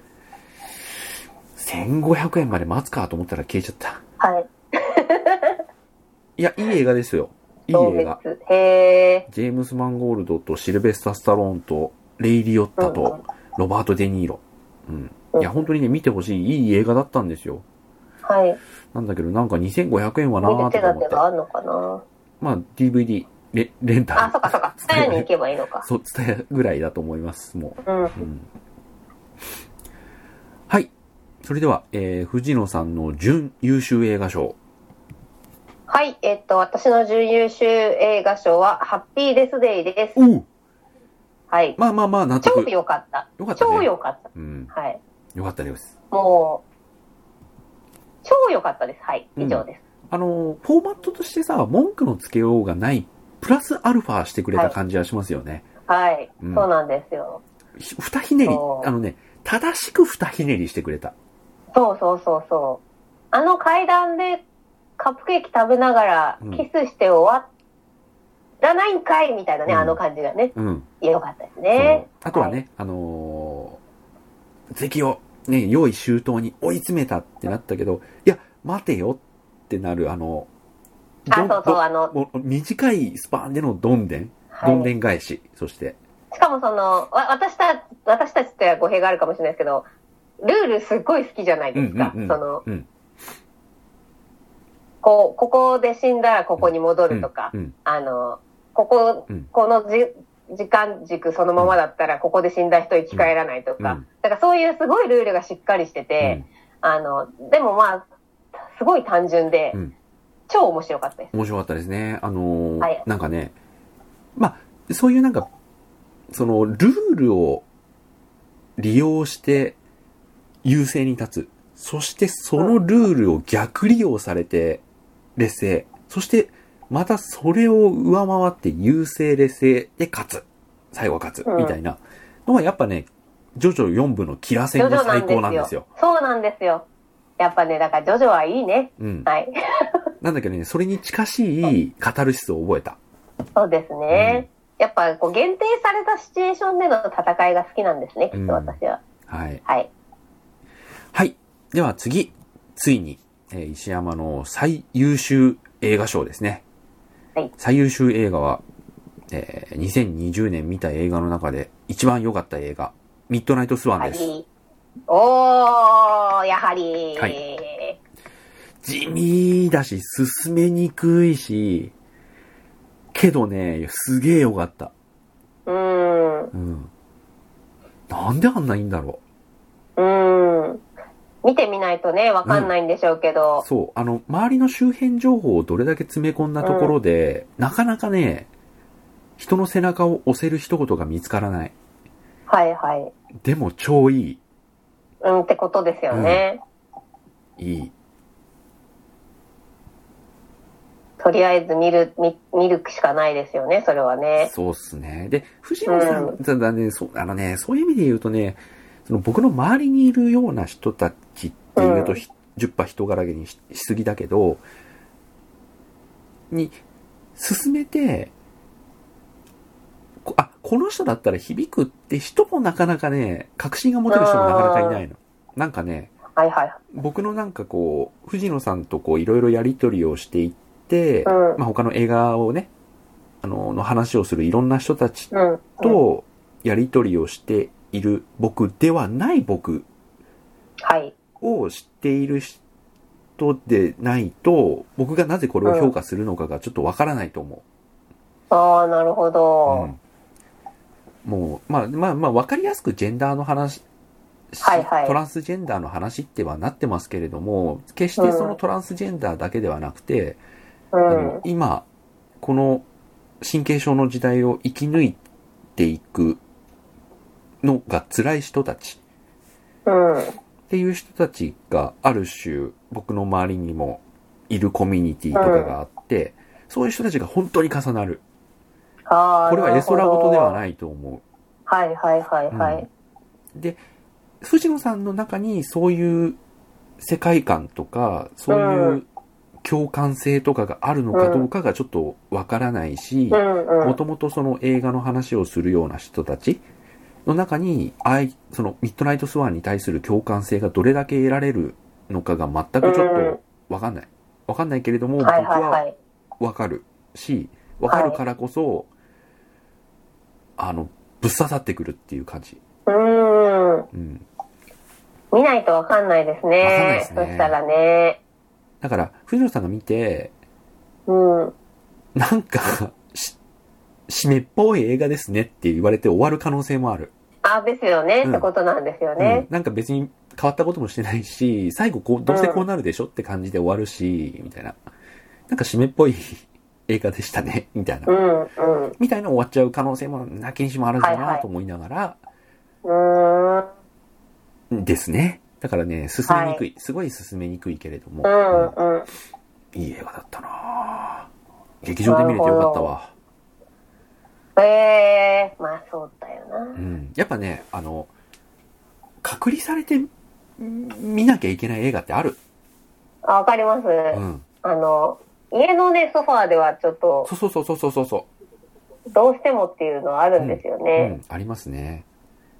[SPEAKER 1] 1500円まで待つかと思ったら消えちゃった。
[SPEAKER 2] はい。
[SPEAKER 1] いや、いい映画ですよ。いい
[SPEAKER 2] 動
[SPEAKER 1] 映
[SPEAKER 2] 物
[SPEAKER 1] 画。。
[SPEAKER 2] へえ。
[SPEAKER 1] ジェームス・マンゴールドとシルベスタ・スタローンとレイ・リオッタ
[SPEAKER 2] うんうん
[SPEAKER 1] とロバート・デ・ニーロ。うん。
[SPEAKER 2] うん
[SPEAKER 1] いや、本当にね、見てほしい、いい映画だったんですよ。
[SPEAKER 2] はい。
[SPEAKER 1] なんだけど、なんか2500円はな
[SPEAKER 2] 見
[SPEAKER 1] ーと
[SPEAKER 2] る手
[SPEAKER 1] か
[SPEAKER 2] 立
[SPEAKER 1] 思って
[SPEAKER 2] て。があんのかな
[SPEAKER 1] まあ、DVD、レレンタ
[SPEAKER 2] あ、
[SPEAKER 1] ル
[SPEAKER 2] そっか
[SPEAKER 1] [LAUGHS]
[SPEAKER 2] そっか。スタヤに行けばいいのか。
[SPEAKER 1] そう、伝えぐらいだと思います、も
[SPEAKER 2] うん。
[SPEAKER 1] う。うん。はい。それでは、えー、藤野さんの準優秀映画賞。
[SPEAKER 2] はい。えっと、私の準優秀映画賞は、ハッピーデスデイです。
[SPEAKER 1] おう
[SPEAKER 2] はい。
[SPEAKER 1] まあまあまあ、納
[SPEAKER 2] 超
[SPEAKER 1] 得。
[SPEAKER 2] 良かった。
[SPEAKER 1] よかったね
[SPEAKER 2] 超良かっ
[SPEAKER 1] うん。
[SPEAKER 2] た。はい。
[SPEAKER 1] よかったです。
[SPEAKER 2] もう、超良かったです。はい。以上です。
[SPEAKER 1] あの、フォーマットとしてさ、文句のつけようがない、プラスアルファしてくれた感じはしますよね。
[SPEAKER 2] はい。
[SPEAKER 1] うん
[SPEAKER 2] そうなんですよ。
[SPEAKER 1] ひ二ひねり、
[SPEAKER 2] そう
[SPEAKER 1] あのね、正しく二ひねりしてくれた。
[SPEAKER 2] そうそうそうそう。あの階段でカップケーキ食べながら
[SPEAKER 1] うん
[SPEAKER 2] キスして終わらないんかいみたいなね、
[SPEAKER 1] うん
[SPEAKER 2] あの感じがね。
[SPEAKER 1] うん。
[SPEAKER 2] 良かったです
[SPEAKER 1] そう
[SPEAKER 2] ね。
[SPEAKER 1] あとはね、あのー、敵をね、用意周到に追い詰めたってなったけど、いや、待てよっってなる、あの、
[SPEAKER 2] あ
[SPEAKER 1] どん
[SPEAKER 2] そうそう
[SPEAKER 1] どん
[SPEAKER 2] あの
[SPEAKER 1] もう短いスパンでのどんでん、
[SPEAKER 2] はい
[SPEAKER 1] どんでん返し、そして、
[SPEAKER 2] しかもその、わ私た、私たちって語弊があるかもしれないですけど、ルールすっごい好きじゃないですか。
[SPEAKER 1] うんうんうん
[SPEAKER 2] その、
[SPEAKER 1] うん
[SPEAKER 2] こう、ここで死んだらここに戻るとか、
[SPEAKER 1] うんうん
[SPEAKER 2] あの、ここ、
[SPEAKER 1] うん
[SPEAKER 2] このじ時間軸そのままだったら、ここで死んだ人生き返らないとか、
[SPEAKER 1] うん
[SPEAKER 2] だからそういうすごいルールがしっかりしてて、あの、でもまあ、すごい単純で、
[SPEAKER 1] うん
[SPEAKER 2] 超面白かったです。
[SPEAKER 1] 面白かったですね。あのー
[SPEAKER 2] はい
[SPEAKER 1] なんかね、まあ、そういうなんか、その、ルールを利用して優勢に立つ。そしてそのルールを逆利用されて劣勢。そして、またそれを上回って優勢劣勢で勝つ。最後は勝つ。
[SPEAKER 2] うん
[SPEAKER 1] みたいなのはやっぱね、ジョジョ4部のキラ戦
[SPEAKER 2] ジョジ
[SPEAKER 1] が
[SPEAKER 2] ョ
[SPEAKER 1] 最高なんですよ。。
[SPEAKER 2] そうなんですよ。やっぱね、だからジョジョはいいね。
[SPEAKER 1] うん。
[SPEAKER 2] はい。
[SPEAKER 1] なんだけどね、それに近しいカタルシスを覚えた。
[SPEAKER 2] そうですね。やっぱこう限定されたシチュエーションでの戦いが好きなんですね、きっと私は。
[SPEAKER 1] はい。
[SPEAKER 2] はい。
[SPEAKER 1] はい。では次、ついに、えー石山の最優秀映画賞ですね。
[SPEAKER 2] はい
[SPEAKER 1] 最優秀映画は、えー2020年見た映画の中で一番良かった映画、ミッドナイトスワン
[SPEAKER 2] は
[SPEAKER 1] です。
[SPEAKER 2] い。おー、やはり。
[SPEAKER 1] は地味だし、進めにくいし、けどね、すげえ良かった。
[SPEAKER 2] うーん。
[SPEAKER 1] うん。なんであんないいんだろ
[SPEAKER 2] うーん。見てみないとね、わかんないんでしょうけ
[SPEAKER 1] う。
[SPEAKER 2] ど。
[SPEAKER 1] そう、あの、周りの周辺情報をどれだけ詰め込んだところで、なかなかね、人の背中を押せる一言が見つからない。
[SPEAKER 2] はいはい。
[SPEAKER 1] でも超いい。
[SPEAKER 2] うんってことですよね。
[SPEAKER 1] いい。
[SPEAKER 2] とりあえず見る、見、見るしかないですよね、それはね。
[SPEAKER 1] そうっすね。で、藤野さん、ただね、そう、あのね、そういう意味で言うとね、その僕の周りにいるような人たちっていうと、
[SPEAKER 2] うん
[SPEAKER 1] ひ10羽人柄にししすぎだけど、に、進めて、こあ、この人だったら響くって人もなかなかね、確信が持てる人もなかなかいないの。なんかね、
[SPEAKER 2] はいはい。
[SPEAKER 1] 僕のなんかこう、藤野さんとこういろいろやりとりをしていって、
[SPEAKER 2] うん
[SPEAKER 1] まあ他の映画をね、あの、の話をするいろんな人たち
[SPEAKER 2] うん。うん、
[SPEAKER 1] とやりとりをしている僕ではない僕
[SPEAKER 2] はい。
[SPEAKER 1] を知っている人でないと、僕がなぜこれを評価するのかがちょっとわからないと思
[SPEAKER 2] ああ、なるほ
[SPEAKER 1] う。う
[SPEAKER 2] ど。
[SPEAKER 1] んもう、まあまあまあわかりやすくジェンダーの話、
[SPEAKER 2] はいはい
[SPEAKER 1] トランスジェンダーの話ってはなってますけれども、決してそのトランスジェンダーだけではなくて、
[SPEAKER 2] う
[SPEAKER 1] あ
[SPEAKER 2] ん。
[SPEAKER 1] の今、この神経症の時代を生き抜いていくのが辛い人たち
[SPEAKER 2] うん。
[SPEAKER 1] っていう人たちがある種僕の周りにもいるコミュニティとかがあって、そういう人たちが本当に重なる。
[SPEAKER 2] ああ。。
[SPEAKER 1] これは絵空事ではないいと思
[SPEAKER 2] はいはいはいはい。
[SPEAKER 1] うんう。で、藤野さんの中にそういう世界観とか、そういうう共感性とかがあるのかどうかがちょっとわからないし、
[SPEAKER 2] うんうん。
[SPEAKER 1] もともとその映画の話をするような人たちの中に、あいそのミッドナイトスワンに対する共感性がどれだけ得られるのかが全くちょっとわかんない。わかんないけれども、僕
[SPEAKER 2] はいはいは。
[SPEAKER 1] はいわかるし、わかるからこそ、あの、ぶっ刺さってくるっていう感じ。
[SPEAKER 2] うーん。
[SPEAKER 1] うん。
[SPEAKER 2] 見ないとわかんないですね。
[SPEAKER 1] わかんないですね
[SPEAKER 2] そしたらね。
[SPEAKER 1] だから、藤野さんが見て、
[SPEAKER 2] うん。うん。
[SPEAKER 1] なんか、し、締めっぽい映画ですねって言われて終わる可能性もある。
[SPEAKER 2] あ、ですよね、
[SPEAKER 1] うん
[SPEAKER 2] ってことなんですよ
[SPEAKER 1] うん
[SPEAKER 2] ね。、
[SPEAKER 1] なんか別に変わったこともしてないし、最後こう、どうせこうなるでしょって感じで終わるし、みたいな。なんか締めっぽい映画でしたね、みたいな
[SPEAKER 2] う。ん、うん。う
[SPEAKER 1] みたいな終わっちゃう可能性もなきにしもあらずだ
[SPEAKER 2] はい
[SPEAKER 1] な
[SPEAKER 2] はい
[SPEAKER 1] と思いながら、
[SPEAKER 2] ーん。
[SPEAKER 1] ですね。だからね、進めにくい,、すごい進めにくいけれども、
[SPEAKER 2] うん、うん。
[SPEAKER 1] うんいい映画だったなぁ劇場で見れてよかったわ。
[SPEAKER 2] ええー、まあそうだよな。
[SPEAKER 1] うん。やっぱね、あの、隔離されてん見なきゃいけない映画ってある。
[SPEAKER 2] あ、わかります、
[SPEAKER 1] うん。
[SPEAKER 2] あの、家のね、ソファーではちょっと、
[SPEAKER 1] そうそうそうそうそうそ
[SPEAKER 2] どうしてもっていうのはあるんですよ
[SPEAKER 1] う。う
[SPEAKER 2] ね。
[SPEAKER 1] ん、ありますね。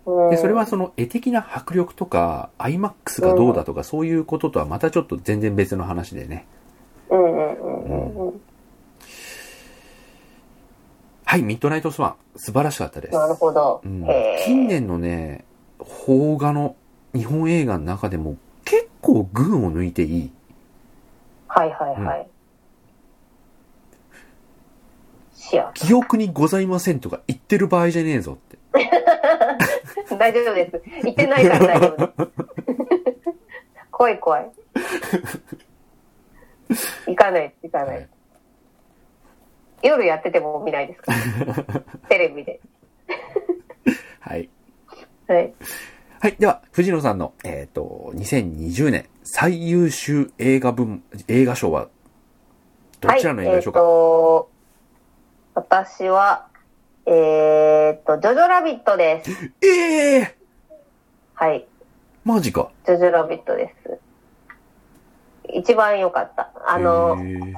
[SPEAKER 2] うん
[SPEAKER 1] で、それはその絵的な迫力とか、IMAX がどうだとか、そういうこととはまたちょっと全然別の話でね。
[SPEAKER 2] うんうんうんうんうん。
[SPEAKER 1] はい、ミッドナイトスワン。素晴らしかったです。
[SPEAKER 2] なるほど。
[SPEAKER 1] うん
[SPEAKER 2] へえ。
[SPEAKER 1] 近年のね、邦画の日本映画の中でも結構群を抜いていい。
[SPEAKER 2] はいはいはい。シア。
[SPEAKER 1] 記憶にございませんとか言ってる場合じゃねえぞって。
[SPEAKER 2] 大丈夫です。言ってないから大丈
[SPEAKER 1] [LAUGHS]
[SPEAKER 2] 夫です。怖い怖い。行かないです、行かないです。夜やってても見ないで
[SPEAKER 1] [LAUGHS]
[SPEAKER 2] すから。テレビで。
[SPEAKER 1] はい。
[SPEAKER 2] はい。
[SPEAKER 1] はい。では、藤野さんの、えっ、と、2020年最優秀映画部門、映画賞は、どちらの映画でしょうか、
[SPEAKER 2] はい、えーと、私は、えーっと、ジョジョラビットです。
[SPEAKER 1] ええ
[SPEAKER 2] はい。
[SPEAKER 1] マジか。
[SPEAKER 2] ジョジョラビットです。一番良かった。あの、
[SPEAKER 1] えー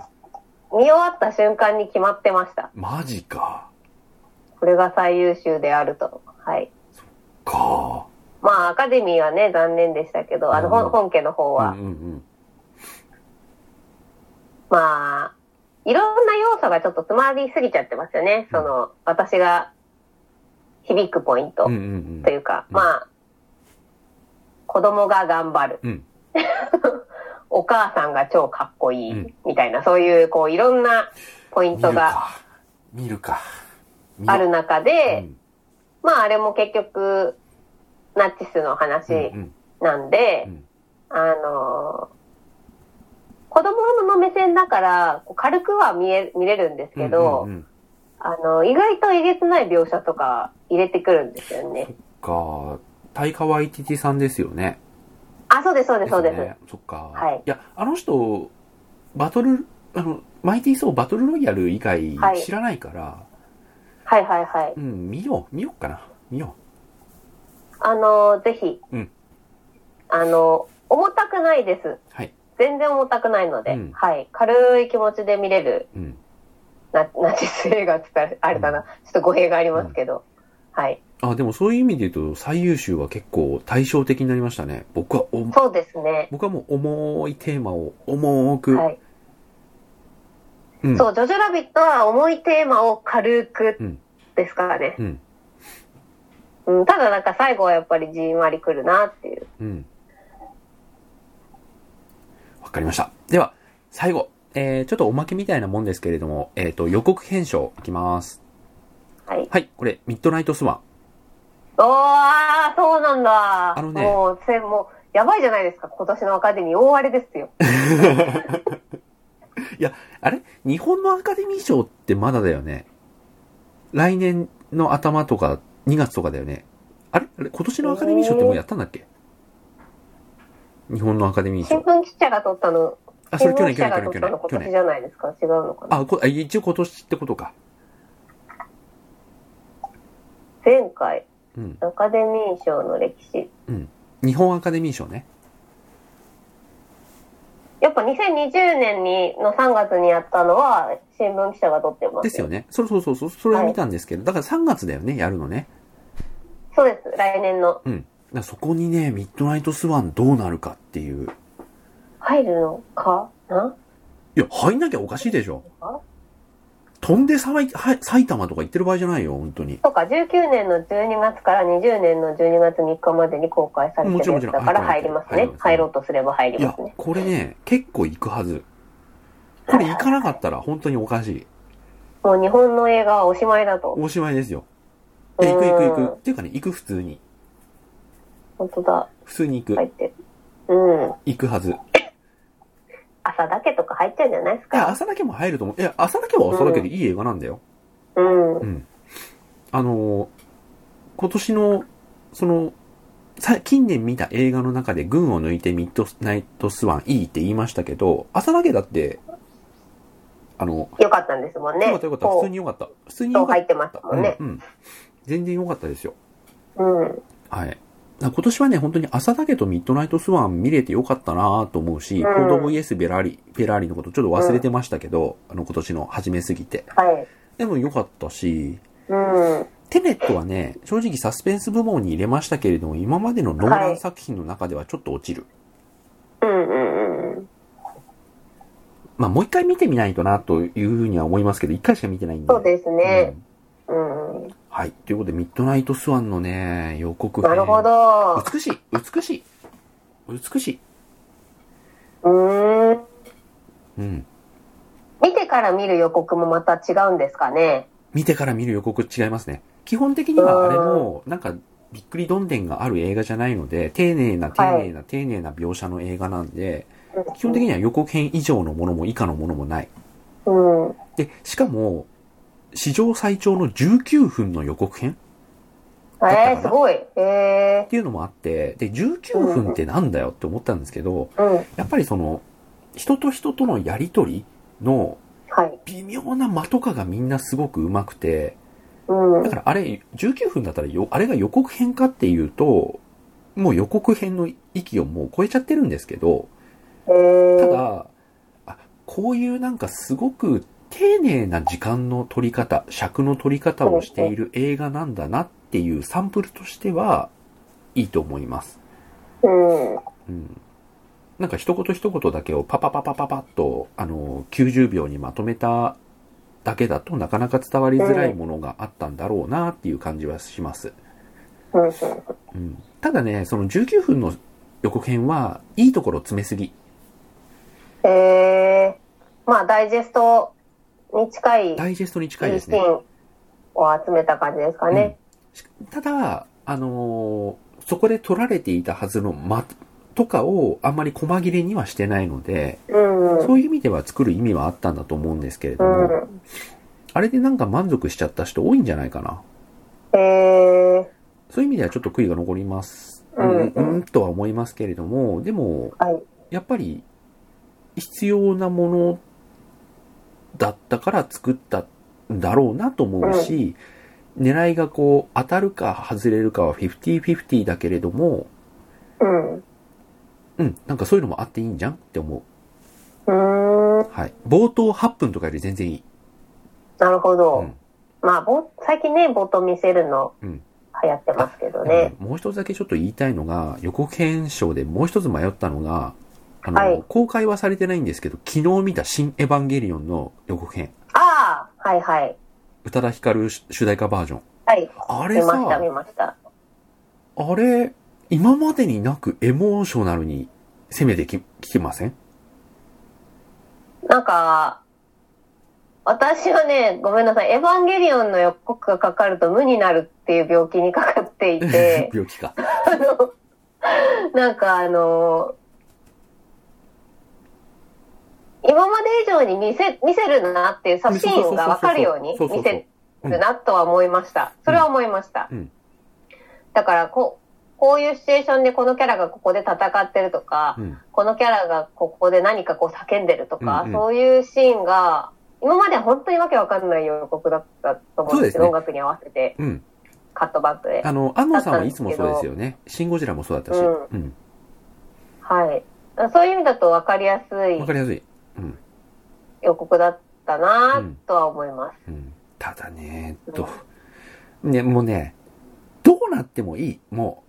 [SPEAKER 2] 見終わった瞬間に決まってました。
[SPEAKER 1] マジか。
[SPEAKER 2] これが最優秀であると。はい。
[SPEAKER 1] か。
[SPEAKER 2] まあ、アカデミーはね、残念でしたけど、あの、
[SPEAKER 1] うん
[SPEAKER 2] 本本家の方は、
[SPEAKER 1] うんうんうん。
[SPEAKER 2] まあ、いろんな要素がちょっと詰まりすぎちゃってますよね。その、私が響くポイント
[SPEAKER 1] うんうん
[SPEAKER 2] というか、
[SPEAKER 1] うん
[SPEAKER 2] まあ、子供が頑張る。
[SPEAKER 1] うん。うん。
[SPEAKER 2] お母さんが超かっこいい、
[SPEAKER 1] うん
[SPEAKER 2] みたいな、そういう、こう、いろんなポイン
[SPEAKER 1] 見る
[SPEAKER 2] トが
[SPEAKER 1] か。見るか。見よう
[SPEAKER 2] ある中
[SPEAKER 1] う
[SPEAKER 2] で、
[SPEAKER 1] ん
[SPEAKER 2] まあ、あれも結局、ナチスの
[SPEAKER 1] うん
[SPEAKER 2] 話
[SPEAKER 1] うん
[SPEAKER 2] なんで、
[SPEAKER 1] うん
[SPEAKER 2] あのー子供の目線だから、こう軽くは見え、見れるんですけど、
[SPEAKER 1] うんうんうん
[SPEAKER 2] あの、意外とえげつない描写とか入れてくるんですよね。
[SPEAKER 1] か、タイカワイティティさんですよね。
[SPEAKER 2] あ、そうです、そうです、そうです。
[SPEAKER 1] よねそっか。
[SPEAKER 2] はい
[SPEAKER 1] や、あの人、バトル、あの、マイティーソーバトルロイヤル以外
[SPEAKER 2] はい
[SPEAKER 1] 知らないから、
[SPEAKER 2] はいはいはい。
[SPEAKER 1] うん、見よう、見ようかな。見よ
[SPEAKER 2] あのーぜひ、
[SPEAKER 1] うん
[SPEAKER 2] あのー重たくないです。
[SPEAKER 1] う。はい。
[SPEAKER 2] 全然重たくないので、
[SPEAKER 1] うん
[SPEAKER 2] はい。軽い気持ちで見れる、
[SPEAKER 1] うん。
[SPEAKER 2] な、ナチス映画って言ったら、あれだな、
[SPEAKER 1] う
[SPEAKER 2] ちょっと語弊がありますけど、はい。
[SPEAKER 1] あ、でもそういう意味で言うと、最優秀は結構対照的になりましたね。僕はお、
[SPEAKER 2] そうですね。
[SPEAKER 1] 僕はもう重いテーマを重く、
[SPEAKER 2] はい。
[SPEAKER 1] うん。
[SPEAKER 2] そう、ジョジョラビットは重いテーマを軽く
[SPEAKER 1] うん
[SPEAKER 2] ですからね。
[SPEAKER 1] うん。
[SPEAKER 2] うん、ただなんか最後はやっぱりじんわりくるなっていう。
[SPEAKER 1] うん。わかりました。では、最後。えー、ちょっとおまけみたいなもんですけれども、えっ、と、予告編集いきます。
[SPEAKER 2] はい。
[SPEAKER 1] はい、これ、ミッドナイトスワン。
[SPEAKER 2] おー、そうなんだ。
[SPEAKER 1] あのね
[SPEAKER 2] もう、せもう、やばいじゃないですか。今年のアカデミー大荒れですよ。
[SPEAKER 1] あれ日本のアカデミー賞ってまだだよね。来年の頭とか、2月とかだよね。あれあれ今年のアカデミー賞ってもうやったんだっけ日本のアカデミー
[SPEAKER 2] 新
[SPEAKER 1] 賞。
[SPEAKER 2] 聞記者が撮ったの、
[SPEAKER 1] あ、それ
[SPEAKER 2] 新
[SPEAKER 1] 去
[SPEAKER 2] 聞
[SPEAKER 1] 年、
[SPEAKER 2] 記
[SPEAKER 1] 去
[SPEAKER 2] 者
[SPEAKER 1] 年、去
[SPEAKER 2] が撮
[SPEAKER 1] 年、去
[SPEAKER 2] った
[SPEAKER 1] 年、
[SPEAKER 2] の
[SPEAKER 1] 去
[SPEAKER 2] 今年
[SPEAKER 1] 年。
[SPEAKER 2] じゃないですか。違うのかな。
[SPEAKER 1] あ、こあ一応今年ってことか。
[SPEAKER 2] 前回、
[SPEAKER 1] うん。
[SPEAKER 2] アカデミー賞の歴史。
[SPEAKER 1] 日本アカデミー賞ね。
[SPEAKER 2] やっぱ2020年にの3月にやったのは、新聞記者が撮ってます。
[SPEAKER 1] ですよ。ね。そうそうそうそう、それは見たんですけど、だから3月だよね、やるのね。
[SPEAKER 2] そうです。来年の。
[SPEAKER 1] うん。だからそこにね、ミッドナイトスワンどうなるかっていう。
[SPEAKER 2] 入るのかない
[SPEAKER 1] や、入んなきゃおかしいでしょ
[SPEAKER 2] あ。
[SPEAKER 1] 飛んでさいは埼玉とか行ってる場合じゃないよ、本当に。
[SPEAKER 2] とか、19年の12月から20年の12月3日までに公開されて
[SPEAKER 1] もちろん
[SPEAKER 2] る
[SPEAKER 1] も
[SPEAKER 2] や
[SPEAKER 1] ちろ
[SPEAKER 2] つ
[SPEAKER 1] ん
[SPEAKER 2] だから
[SPEAKER 1] 入
[SPEAKER 2] 入
[SPEAKER 1] り
[SPEAKER 2] り
[SPEAKER 1] ま
[SPEAKER 2] ますすね。
[SPEAKER 1] 入
[SPEAKER 2] 入
[SPEAKER 1] り
[SPEAKER 2] ろ
[SPEAKER 1] ま
[SPEAKER 2] うとすれば入り
[SPEAKER 1] い
[SPEAKER 2] ま
[SPEAKER 1] や
[SPEAKER 2] すね。、
[SPEAKER 1] これね、結構行くはず。これ行かなかったら本当におかしい。
[SPEAKER 2] もう日本の映画はおしまいだと。
[SPEAKER 1] おしまいですよ。いや行く行く行く。っていうかね、行く普通に。
[SPEAKER 2] 本当だ、
[SPEAKER 1] 普通に行く。
[SPEAKER 2] 入ってる。うん。
[SPEAKER 1] 行くはず。い
[SPEAKER 2] 朝だけとか入っちゃうんじゃないです
[SPEAKER 1] や、
[SPEAKER 2] か。
[SPEAKER 1] 朝だけも入ると思う。いや、朝だけは朝だけでいい映画なんだよ。
[SPEAKER 2] うん。
[SPEAKER 1] う。ん。あのー今年の、その、さ近年見た映画の中で群を抜いてミッドナイトスワンいいって言いましたけど、朝だけだって、あの、
[SPEAKER 2] よかったんですもんね。
[SPEAKER 1] よかったよかった。普通によかった。普通に
[SPEAKER 2] そう
[SPEAKER 1] よか
[SPEAKER 2] 入
[SPEAKER 1] っ
[SPEAKER 2] ってましたた。もんね。
[SPEAKER 1] うん、うん。全然よかったですよ。
[SPEAKER 2] うん。
[SPEAKER 1] はい。だから今年はね、本当に朝だけとミッドナイトスワン見れてよかったなと思うし、
[SPEAKER 2] ん
[SPEAKER 1] コード VS ベラーリ、ベラーリのことちょっと忘れてましたけど、あの今年の初めすぎて。
[SPEAKER 2] はい。
[SPEAKER 1] でもよかったし、
[SPEAKER 2] うん。
[SPEAKER 1] テネットはね、正直サスペンス部門に入れましたけれども、今までのノーラン作品の中ではちょっと落ちる。
[SPEAKER 2] うんうんうん。
[SPEAKER 1] まあ、もう一回見てみないとな、というふうには思いますけど、一回しか見てないんで。
[SPEAKER 2] そうですね
[SPEAKER 1] う。ん
[SPEAKER 2] うん。
[SPEAKER 1] はい。ということで、ミッドナイトスワンのね、予告編
[SPEAKER 2] なるほ。ど。
[SPEAKER 1] 美しい、美しい、美しい。
[SPEAKER 2] うーん。
[SPEAKER 1] うん。
[SPEAKER 2] 見てから見る予告もまた違うんですかね。
[SPEAKER 1] 見てから見る予告違いますね。基本的にはあれも、なんか、びっくりどんでんがある映画じゃないので、丁寧な、丁寧な、丁寧な描写の映画なんで、基本的には予告編以上のものも以下のものもない。
[SPEAKER 2] うん。うん。
[SPEAKER 1] で、しかも、史上最長の19分の予告編ったか
[SPEAKER 2] え
[SPEAKER 1] な
[SPEAKER 2] ー、すごい。え
[SPEAKER 1] っていうのもあって、で、19分ってなんだよって思ったんですけど、
[SPEAKER 2] ー。うん。
[SPEAKER 1] やっぱりその、人と人とのやりとりの
[SPEAKER 2] はい。
[SPEAKER 1] 微妙な間とかがみんなすごく上手くて、
[SPEAKER 2] うん
[SPEAKER 1] だ。からあれ、19分だったらよ、あれが予告編かっていうと、もう予告編の域をもう超えちゃってるんですけど、
[SPEAKER 2] え
[SPEAKER 1] た
[SPEAKER 2] ー。
[SPEAKER 1] だ、あ、こういうなんかすごく丁寧な時間の取り方、尺の取り方をしている映画なんだなっていうサンプルとしては、いいと思います。
[SPEAKER 2] うん。
[SPEAKER 1] うん。なんか一言一言だけをパパパパパパッと、あの、90秒にまとめただけだとなかなか伝わりづらいものがあったんだろうなっていう感じはします。
[SPEAKER 2] うん。うん
[SPEAKER 1] うん。ただね、その19分の予告編は、いいところ詰めすぎ。
[SPEAKER 2] えー。まあ、ダイジェストに近い、いい
[SPEAKER 1] ダイジェストに
[SPEAKER 2] シ
[SPEAKER 1] 近いですね。
[SPEAKER 2] ーンを集めた感じですかね。
[SPEAKER 1] うん、ただ、あのーそこで取られていたはずの間とかをあんまり細切れにはしてないので、
[SPEAKER 2] うん。うん。
[SPEAKER 1] そういう意味では作る意味はあったんだと思うんですけれども、あれでなんか満足しちゃった人多いんじゃないかな。
[SPEAKER 2] えー。
[SPEAKER 1] そういう意味ではちょっと悔いが残ります。う、
[SPEAKER 2] うんん
[SPEAKER 1] うん、とは思いますけれども、でも、
[SPEAKER 2] はい。
[SPEAKER 1] やっぱり、必要なものだったから作ったんだろうなと思うし、狙いがこう、当たるか外れるかは50-50だけれども、
[SPEAKER 2] うん。う
[SPEAKER 1] うん、なんかそういうのもあっていいんじゃんって思
[SPEAKER 2] ーん。
[SPEAKER 1] う。はい。冒頭8分とかより全然いい。
[SPEAKER 2] なるほど。
[SPEAKER 1] うん
[SPEAKER 2] まあ、ぼ最近ね、ボト見せるの
[SPEAKER 1] うん
[SPEAKER 2] 流行ってますけ
[SPEAKER 1] で
[SPEAKER 2] ど
[SPEAKER 1] もね
[SPEAKER 2] ね。
[SPEAKER 1] もう一つだけちょっと言いたいのが、予告編賞でもう一つ迷ったのが、あの、
[SPEAKER 2] はい
[SPEAKER 1] 公開はされてないんですけど、昨日見た新エヴァンゲリオンの予告編。
[SPEAKER 2] ああ、はいはい。
[SPEAKER 1] 宇多田ヒカル主題歌バージョン。
[SPEAKER 2] はい。
[SPEAKER 1] あ
[SPEAKER 2] 見
[SPEAKER 1] れ
[SPEAKER 2] ました、見
[SPEAKER 1] さ、
[SPEAKER 2] ました。
[SPEAKER 1] あれ、今までになくエモーショナルに攻めてき、きてません
[SPEAKER 2] なんか、私はね、ごめんなさい、エヴァンゲリオンの予告がかかると無になるっていう病気にかかってい
[SPEAKER 1] [LAUGHS]
[SPEAKER 2] て、
[SPEAKER 1] 病気か。
[SPEAKER 2] あの、なんかあの、今まで以上に見せ、見せるなっていうさシーンがわかるように
[SPEAKER 1] そうそうそうそう
[SPEAKER 2] 見せるなとは思いました。それは思いました。
[SPEAKER 1] うんうん
[SPEAKER 2] だから、こう、こういうシチュエーションでこのキャラがここで戦ってるとか、
[SPEAKER 1] うん。
[SPEAKER 2] このキャラがここで何かこう叫んでるとか、
[SPEAKER 1] うんうん
[SPEAKER 2] そういうシーンが、今までは本当にわけわかんない予告だったと思う
[SPEAKER 1] そう
[SPEAKER 2] んですけど、
[SPEAKER 1] ですね
[SPEAKER 2] 音楽に合わせて
[SPEAKER 1] うん。
[SPEAKER 2] カットバックで。
[SPEAKER 1] あの、安野さんはいつもそうですよね。シンゴジラもそうだったし。
[SPEAKER 2] う
[SPEAKER 1] うん。
[SPEAKER 2] はい。そういう意味だとわかりやすい
[SPEAKER 1] わかりやすい。
[SPEAKER 2] 予告だった
[SPEAKER 1] う
[SPEAKER 2] なんとは思います。
[SPEAKER 1] うんただね、ど、ね、もうね、どうなってもいい。も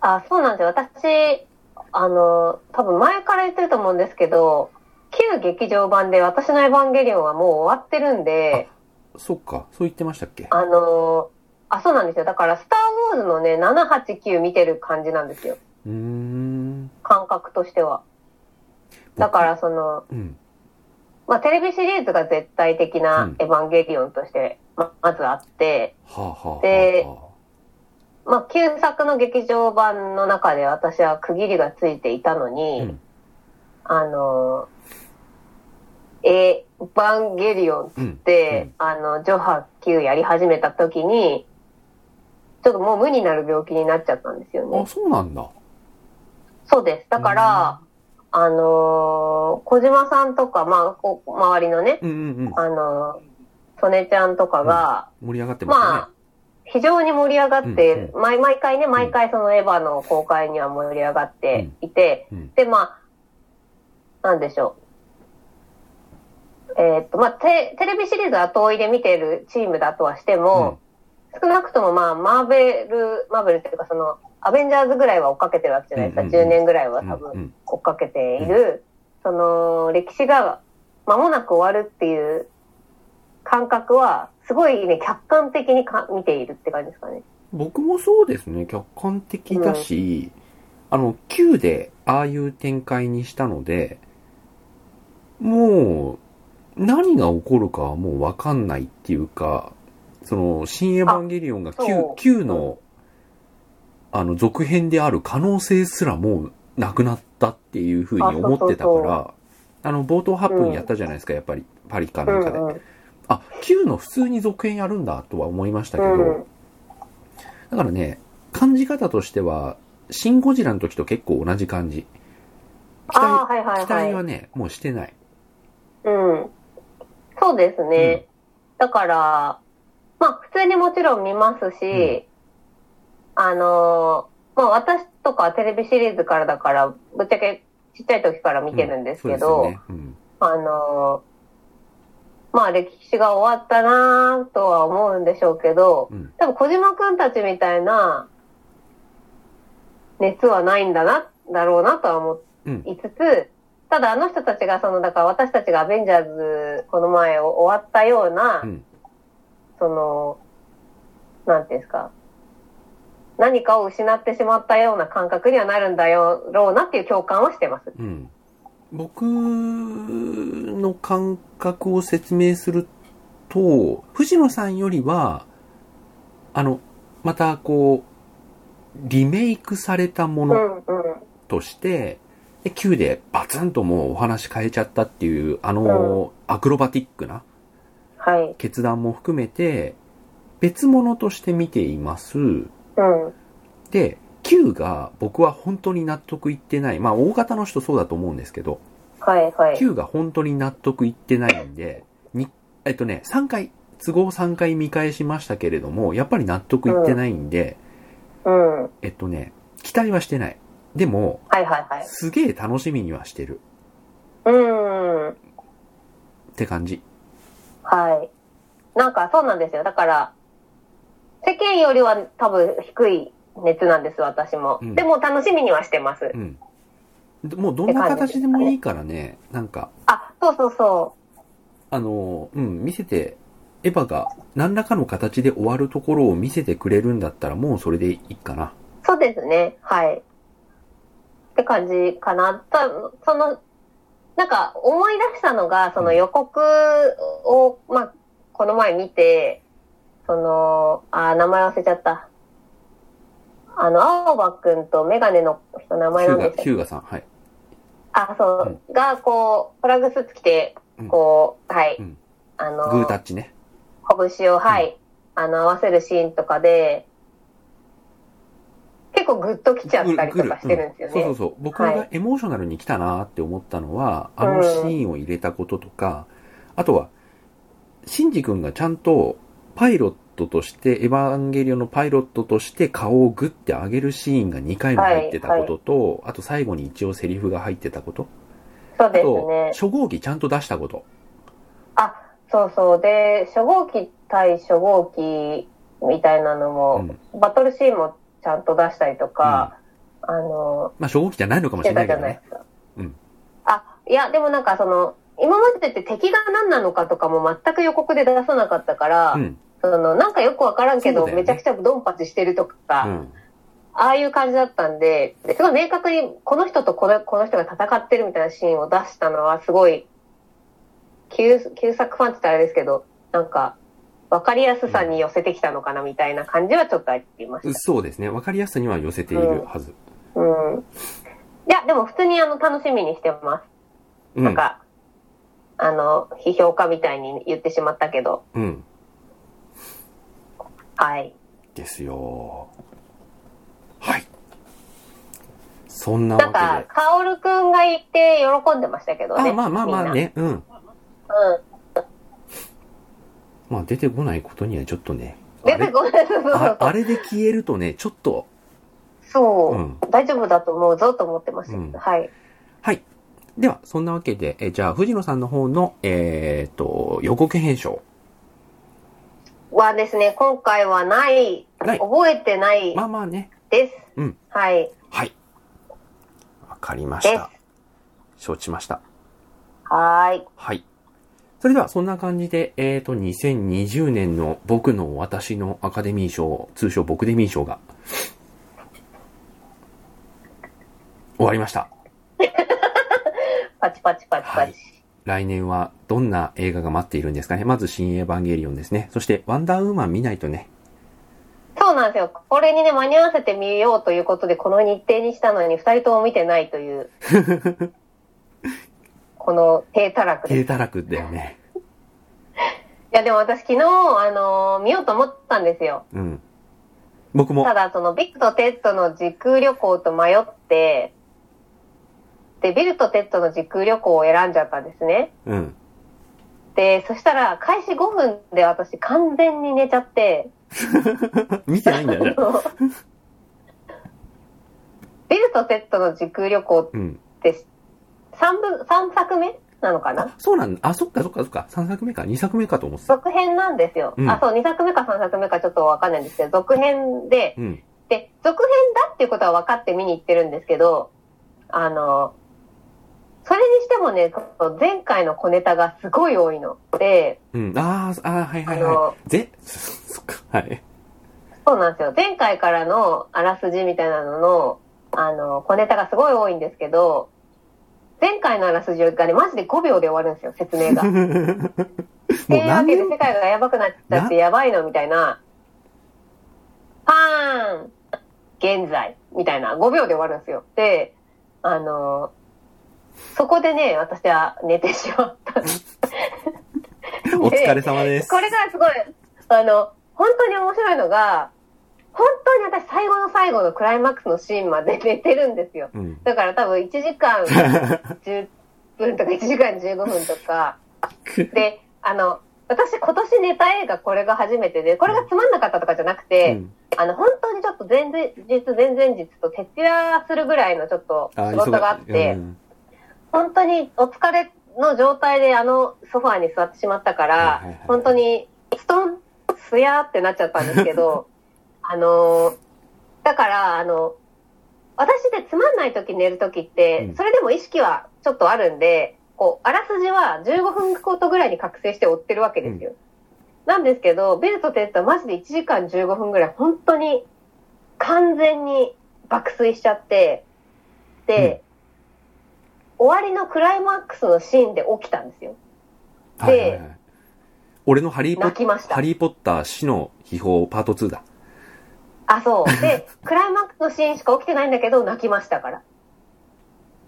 [SPEAKER 2] あ、そうなんですよ。私、あの、多分前から言ってると思うんですけど、旧劇場版で私のエヴァンゲリオンはもう終わってるんで、
[SPEAKER 1] う、そっか、そう言ってましたっけ
[SPEAKER 2] あの、あ、そうなんですよ。だから、スター・ウォーズのね、7、8、9見てる感じなんですよ。
[SPEAKER 1] うーん。
[SPEAKER 2] 感覚としては。だからその、
[SPEAKER 1] 僕、うん。
[SPEAKER 2] まあ、テレビシリーズが絶対的
[SPEAKER 1] うん
[SPEAKER 2] なエヴァンゲリオンとして、ままずあって、
[SPEAKER 1] はあ、はあはあ、
[SPEAKER 2] で
[SPEAKER 1] は
[SPEAKER 2] まあ、旧作の劇場版の中で私は区切りがついていたのに、
[SPEAKER 1] うん
[SPEAKER 2] あの、エヴァンゲリオンっ
[SPEAKER 1] あ。うん。
[SPEAKER 2] て、あの、ジョハ Q やり始めた時に、ちょっともう無になる病気になっちゃったんですよね
[SPEAKER 1] あ、。そうなんだ。
[SPEAKER 2] そうです。だから、あのー小島さんとか、まあ、こう周りのね、
[SPEAKER 1] うんうんうん。
[SPEAKER 2] あの、曽根ちゃんとかが、
[SPEAKER 1] 盛り上がってましたね。
[SPEAKER 2] まあ、非常に盛り上がって、
[SPEAKER 1] うん
[SPEAKER 2] 毎毎回ね、毎回そのエヴァの公開には盛り上がっていて、
[SPEAKER 1] うんうん
[SPEAKER 2] で、まあ、なんでしょう。えーっと、まあテ、テレビシリーズは後追いで見てるチームだとはしても、少なくともまあ、マーベル、マーベルっていうかその、アベンジャーズぐらいは追っかけてるわけじゃないですか。
[SPEAKER 1] うんうんうん
[SPEAKER 2] 10年ぐらいは多
[SPEAKER 1] う
[SPEAKER 2] 分
[SPEAKER 1] んうん
[SPEAKER 2] 追っかけているその、歴史が間もなく終わるっていう感覚は、すごいね、客観的にか見ているって感じですかね。
[SPEAKER 1] 僕もそうですね、客観的だし、あの、Q でああいう展開にしたので、もう、何が起こるかはもうわかんないっていうか、その、新エヴァンゲリオンが
[SPEAKER 2] あ
[SPEAKER 1] Q
[SPEAKER 2] そ、う
[SPEAKER 1] Q の、あの、続編である可能性すらもうなくなったっていうふうに思ってたか
[SPEAKER 2] あそうそうそ
[SPEAKER 1] ら、あの、冒頭8分やったじゃないですか、やっぱり、パリか
[SPEAKER 2] う
[SPEAKER 1] なん
[SPEAKER 2] ん
[SPEAKER 1] かで。
[SPEAKER 2] うん。
[SPEAKER 1] あ、Q の普通に続編やるんだとは思いましたけど、
[SPEAKER 2] うん
[SPEAKER 1] だからね、感じ方としては、シン・ゴジラの時と結構同じ感じ。期
[SPEAKER 2] ああ、
[SPEAKER 1] 待、
[SPEAKER 2] はいはいはい。
[SPEAKER 1] 期待はね、もうしてない。
[SPEAKER 2] うん。そうですね。だから、まあ普通にもちろん見ますし、あのー、まあ私とかはテレビシリーズからだから、ぶっちゃけちっちゃい時から見てるんですけ
[SPEAKER 1] うんそう
[SPEAKER 2] ど、
[SPEAKER 1] ですよね
[SPEAKER 2] あのー、まあ歴史が終わったなぁとは思うんでしょうけど、
[SPEAKER 1] うん
[SPEAKER 2] 多分小島くんたちみたいな熱はないんだな、だろうなとは思
[SPEAKER 1] うん
[SPEAKER 2] いつつ、ただあの人たちがその、だから私たちがアベンジャーズこの前を終わったような、
[SPEAKER 1] うん
[SPEAKER 2] その、なんていうんですか、何かを失ってしまったような感覚にはなるんだよろうなっていう共感はしてます。
[SPEAKER 1] うん。うん。僕の感覚を説明すると、藤野さんよりは、あの、またこう、リメイクされたも
[SPEAKER 2] う
[SPEAKER 1] の
[SPEAKER 2] んうん。
[SPEAKER 1] として、で、Q でバツンともうお話変えちゃったっていう、あの、アクロバティックな
[SPEAKER 2] はい。
[SPEAKER 1] 決断も含めて、別物として見ています。
[SPEAKER 2] うん。
[SPEAKER 1] で、Q が僕は本当に納得いってない。まあ、大型の人そうだと思うんですけど、
[SPEAKER 2] はいはい。
[SPEAKER 1] Q が本当に納得いってないんで、に、えっとね、3回、都合3回見返しましたけれども、やっぱり納得いってないんで、
[SPEAKER 2] うん。はい
[SPEAKER 1] えっとね、期待はしてない。でも、
[SPEAKER 2] はいはい。
[SPEAKER 1] すげえ楽しみにはしてる
[SPEAKER 2] うん。
[SPEAKER 1] って感じ。
[SPEAKER 2] はい。なんかそうなんですよ。だから、世間よりは多分低い熱なんです、私も。
[SPEAKER 1] うん
[SPEAKER 2] でも楽しみにはしてます
[SPEAKER 1] う。ん。でもうどんな形でもいいからね、なんか、
[SPEAKER 2] あ、そうそうそ
[SPEAKER 1] あの、うん、見せて、エヴァが何らかの形で終わるところを見せてくれるんだったらもうそれでいいかな。
[SPEAKER 2] う。そうですね。はい。って感じかな。たその、なんか思い出したのが、その予告を、まあ、この前見て、その、あー、名前忘れちゃった。あの、青葉くんとメガネの人名
[SPEAKER 1] ヒ
[SPEAKER 2] 前
[SPEAKER 1] ュ
[SPEAKER 2] な
[SPEAKER 1] ー
[SPEAKER 2] ん
[SPEAKER 1] ガ、
[SPEAKER 2] です
[SPEAKER 1] ヒューガさん、はい。
[SPEAKER 2] あ、そう、が、こう、フラッグスーツ着て
[SPEAKER 1] うん、
[SPEAKER 2] こう、はい、
[SPEAKER 1] うん
[SPEAKER 2] あの、
[SPEAKER 1] グータッチね。
[SPEAKER 2] 拳を、はい、あの、合わせるシーンとかで、結構グッときちゃったりとかしてるんですよね。
[SPEAKER 1] うんそうそうそう。僕
[SPEAKER 2] は
[SPEAKER 1] が
[SPEAKER 2] い
[SPEAKER 1] エモーショナルに来たなーって思ったのは、あのシーンを入れたこととか、あとは、シンジ君がちゃんとパイロットとして、エヴァンゲリオンのパイロットとして顔をグッて上げるシーンが2回も入ってたことと、あと最後に一応セリフが入ってたこと、
[SPEAKER 2] そう
[SPEAKER 1] あ
[SPEAKER 2] です
[SPEAKER 1] と、
[SPEAKER 2] ね。
[SPEAKER 1] 初号機ちゃんと出したこと。
[SPEAKER 2] あ、そうそう。で、初号機対初号機みたいなのも、バトルシーンもちゃんと出したりとか、あの、
[SPEAKER 1] まあ、初号機じゃないのかも
[SPEAKER 2] し
[SPEAKER 1] してれないけ
[SPEAKER 2] たじゃ
[SPEAKER 1] ど
[SPEAKER 2] ない
[SPEAKER 1] ね
[SPEAKER 2] で。すか。
[SPEAKER 1] うん
[SPEAKER 2] あ、いや、でもなんかその、今までって敵が何なのかとかも全く予告で出さなかったから、
[SPEAKER 1] うん。
[SPEAKER 2] そのなんかよくわからん
[SPEAKER 1] そ
[SPEAKER 2] け
[SPEAKER 1] う
[SPEAKER 2] ど、
[SPEAKER 1] だよね
[SPEAKER 2] めちゃくちゃドンパチしてるとか、
[SPEAKER 1] うん。
[SPEAKER 2] ああいう感じだったんで、ですごい明確にこの人とこのこの人が戦ってるみたいなシーンを出したのはすごい、旧旧作ファンって言ったらあれですけど、なんか、わかりやすさに寄せてきたのかなみたいな感じはちょっとありました。
[SPEAKER 1] そうですね。わかりやすさには寄せているはず。
[SPEAKER 2] うん。いや、でも普通にあの、楽しみにしてます。
[SPEAKER 1] うん。
[SPEAKER 2] なんか、あの、批評家みたいに言ってしまったけど、
[SPEAKER 1] うん。
[SPEAKER 2] はい。
[SPEAKER 1] ですよ。はい。そんな
[SPEAKER 2] なん
[SPEAKER 1] わ
[SPEAKER 2] か、カオルくんがいて喜んでましたけ
[SPEAKER 1] け
[SPEAKER 2] ど
[SPEAKER 1] で。
[SPEAKER 2] ね。
[SPEAKER 1] あ、まあまあまあね。うん。
[SPEAKER 2] みんな。うん。
[SPEAKER 1] まあ出てこないことにはちょっとね。あ
[SPEAKER 2] 出て
[SPEAKER 1] れ
[SPEAKER 2] こない。そうそう
[SPEAKER 1] ああれで消えるとね、ちょっと。
[SPEAKER 2] そうう、
[SPEAKER 1] ん。
[SPEAKER 2] 大丈夫だと思うぞと思ってます。
[SPEAKER 1] うん
[SPEAKER 2] はい。
[SPEAKER 1] はい。では、そんなわけで、えじゃあ、藤野さんの方の、えーっと、予告編集。
[SPEAKER 2] はですね、今回はない、
[SPEAKER 1] ない
[SPEAKER 2] 覚えてない
[SPEAKER 1] まあまあね。
[SPEAKER 2] です。
[SPEAKER 1] うん
[SPEAKER 2] はい。
[SPEAKER 1] はい。わかりまし
[SPEAKER 2] です
[SPEAKER 1] た。。承知しました。
[SPEAKER 2] はーい。
[SPEAKER 1] はい。それでは、そんな感じで、えっ、と、2020年の僕の私のアカデミー賞、通称僕デミー賞が、終わりました。
[SPEAKER 2] パチパチパチパチ。
[SPEAKER 1] 来年はどんな映画が待っているんですかね。まず、新エヴァンゲリオンですね。そして、ワンダーウーマン見ないとね。
[SPEAKER 2] そうなんですよ。これにね、間に合わせてみようということで、この日程にしたのに、二人とも見てない
[SPEAKER 1] [LAUGHS]
[SPEAKER 2] という。この低たらくです。
[SPEAKER 1] 低たらくだよね。
[SPEAKER 2] いや、でも私昨日、あのー見ようと思ったんですよ。
[SPEAKER 1] うん。僕も
[SPEAKER 2] た、だ、その、ビルとテッドの時空旅行と迷って、で、ビルとテッドの時空旅行を選んじゃったんですね。
[SPEAKER 1] うん。 [LAUGHS]
[SPEAKER 2] で、そしたら、開始5分で私完全に寝ちゃって、
[SPEAKER 1] 見てないんだよ
[SPEAKER 2] [LAUGHS]
[SPEAKER 1] ね。
[SPEAKER 2] ビルとテッドの時空旅行
[SPEAKER 1] うん。
[SPEAKER 2] って、3分、三作目なのかな
[SPEAKER 1] そうなんだ。あ、そっかそっかそっか。3作目か、2作目かと思ってた。
[SPEAKER 2] 続編なんですよ。
[SPEAKER 1] うん
[SPEAKER 2] あ、そう、2作目か3作目かちょっとわかんないんですけど、続編で、
[SPEAKER 1] うん。
[SPEAKER 2] で、続編だっていうことは分かって見に行ってるんですけど、あの、それにしてもね、この前回の小ネタがすごい多いので、
[SPEAKER 1] うん。あー、あーはいはい
[SPEAKER 2] あ
[SPEAKER 1] は
[SPEAKER 2] の
[SPEAKER 1] い。ぜ、そっか、はい。
[SPEAKER 2] そうなんですよ。前回からのあらすじみたいなのの、あの、小ネタがすごい多いんですけど、前回のあらすじがね、マジで5秒で終わるんですよ、
[SPEAKER 1] [LAUGHS]
[SPEAKER 2] 説明が。
[SPEAKER 1] もう
[SPEAKER 2] というわ
[SPEAKER 1] 何
[SPEAKER 2] けで
[SPEAKER 1] 年
[SPEAKER 2] 世界がやばくなっちゃってやばいのみたいな。パーン現在みたいな5秒で終わるんですよ。で、あの、そこでね、私は寝てしま
[SPEAKER 1] [LAUGHS]
[SPEAKER 2] った。
[SPEAKER 1] お疲れ様です。
[SPEAKER 2] これがすごい、あの、本当に面白いのが、本当に私最後の最後のクライマックスのシーンまで寝てるんですよ。
[SPEAKER 1] うん。
[SPEAKER 2] だから多分1時間10分とか1時間15分とか。で、あの、私今年ネタ映画これが初めてで、これがつまんなかったとかじゃなく
[SPEAKER 1] う
[SPEAKER 2] て、
[SPEAKER 1] ん
[SPEAKER 2] あの、本当にちょっと前々日、前々日と徹夜するぐらいのちょっと仕
[SPEAKER 1] ー
[SPEAKER 2] 事があっ
[SPEAKER 1] 忙しい
[SPEAKER 2] て、
[SPEAKER 1] うん
[SPEAKER 2] 本当にお疲れの状態であのソファーに座ってしまったから、
[SPEAKER 1] はいはいはい
[SPEAKER 2] 本当にストン、スヤーってなっちゃったんですけど、あのーだから、あの、私でつまんない時寝る時って、
[SPEAKER 1] うん
[SPEAKER 2] それでも意識はちょっとあるんで、こう、あらすじは15分ごとぐらいに覚醒して追ってるわけですよ。なんですけど、ベルとテッドはマジで1時間15分ぐらい、本当に完全に爆睡しちゃって、で、終わりのクライマックスのシーンで起きたんですよ。
[SPEAKER 1] はいはいはい俺のハリーポッ
[SPEAKER 2] 泣きました
[SPEAKER 1] ハ。リーポッター死の秘宝パート2だ。
[SPEAKER 2] あ、そう。で、クライマックスのシーンしか起きてないんだけど、泣きましたから。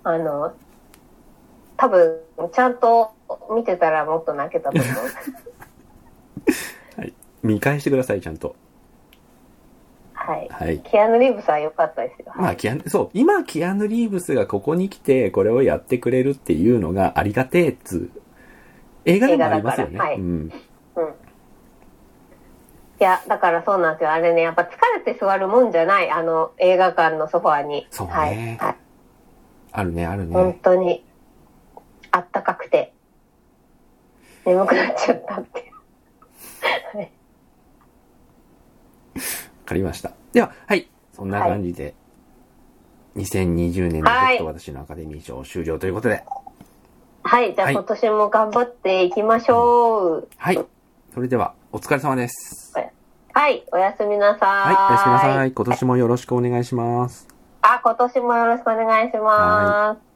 [SPEAKER 2] あの、多分、ちゃんと見てたらもっと泣けたと思
[SPEAKER 1] [LAUGHS]
[SPEAKER 2] う。
[SPEAKER 1] 見返してください、ちゃんと。
[SPEAKER 2] はい。
[SPEAKER 1] はい。
[SPEAKER 2] キアヌ・リーブさん良かったですよ。
[SPEAKER 1] まあ、キアヌ、そう、今、キアヌ・リーブスがここに来て、これをやってくれるっていうのがありがてえっつう。映画でもありますよ
[SPEAKER 2] 映
[SPEAKER 1] ね。
[SPEAKER 2] 画だからはい
[SPEAKER 1] うん。
[SPEAKER 2] いや、だからそうなんですよ。あれね、やっぱ疲れて座るもんじゃない。あの、映画館のソファーに。
[SPEAKER 1] そう
[SPEAKER 2] はい。
[SPEAKER 1] ね
[SPEAKER 2] はい
[SPEAKER 1] あるね、あるね。
[SPEAKER 2] 本当に、あったかくて、眠くなっちゃったっていう。
[SPEAKER 1] わかりました。では、はい。そんな感じで、2020年の
[SPEAKER 2] はい
[SPEAKER 1] 僕と私のアカデミー賞終了ということで、
[SPEAKER 2] はい。じゃ
[SPEAKER 1] は
[SPEAKER 2] あ
[SPEAKER 1] い
[SPEAKER 2] 今年も頑張っていきましょう。
[SPEAKER 1] はい。それでは、お疲れ様です。
[SPEAKER 2] はい。おやすみなさ。
[SPEAKER 1] はいい。おやすみなさい。今年もよろしくお願いします。
[SPEAKER 2] あ、今年もよろしくお願いします。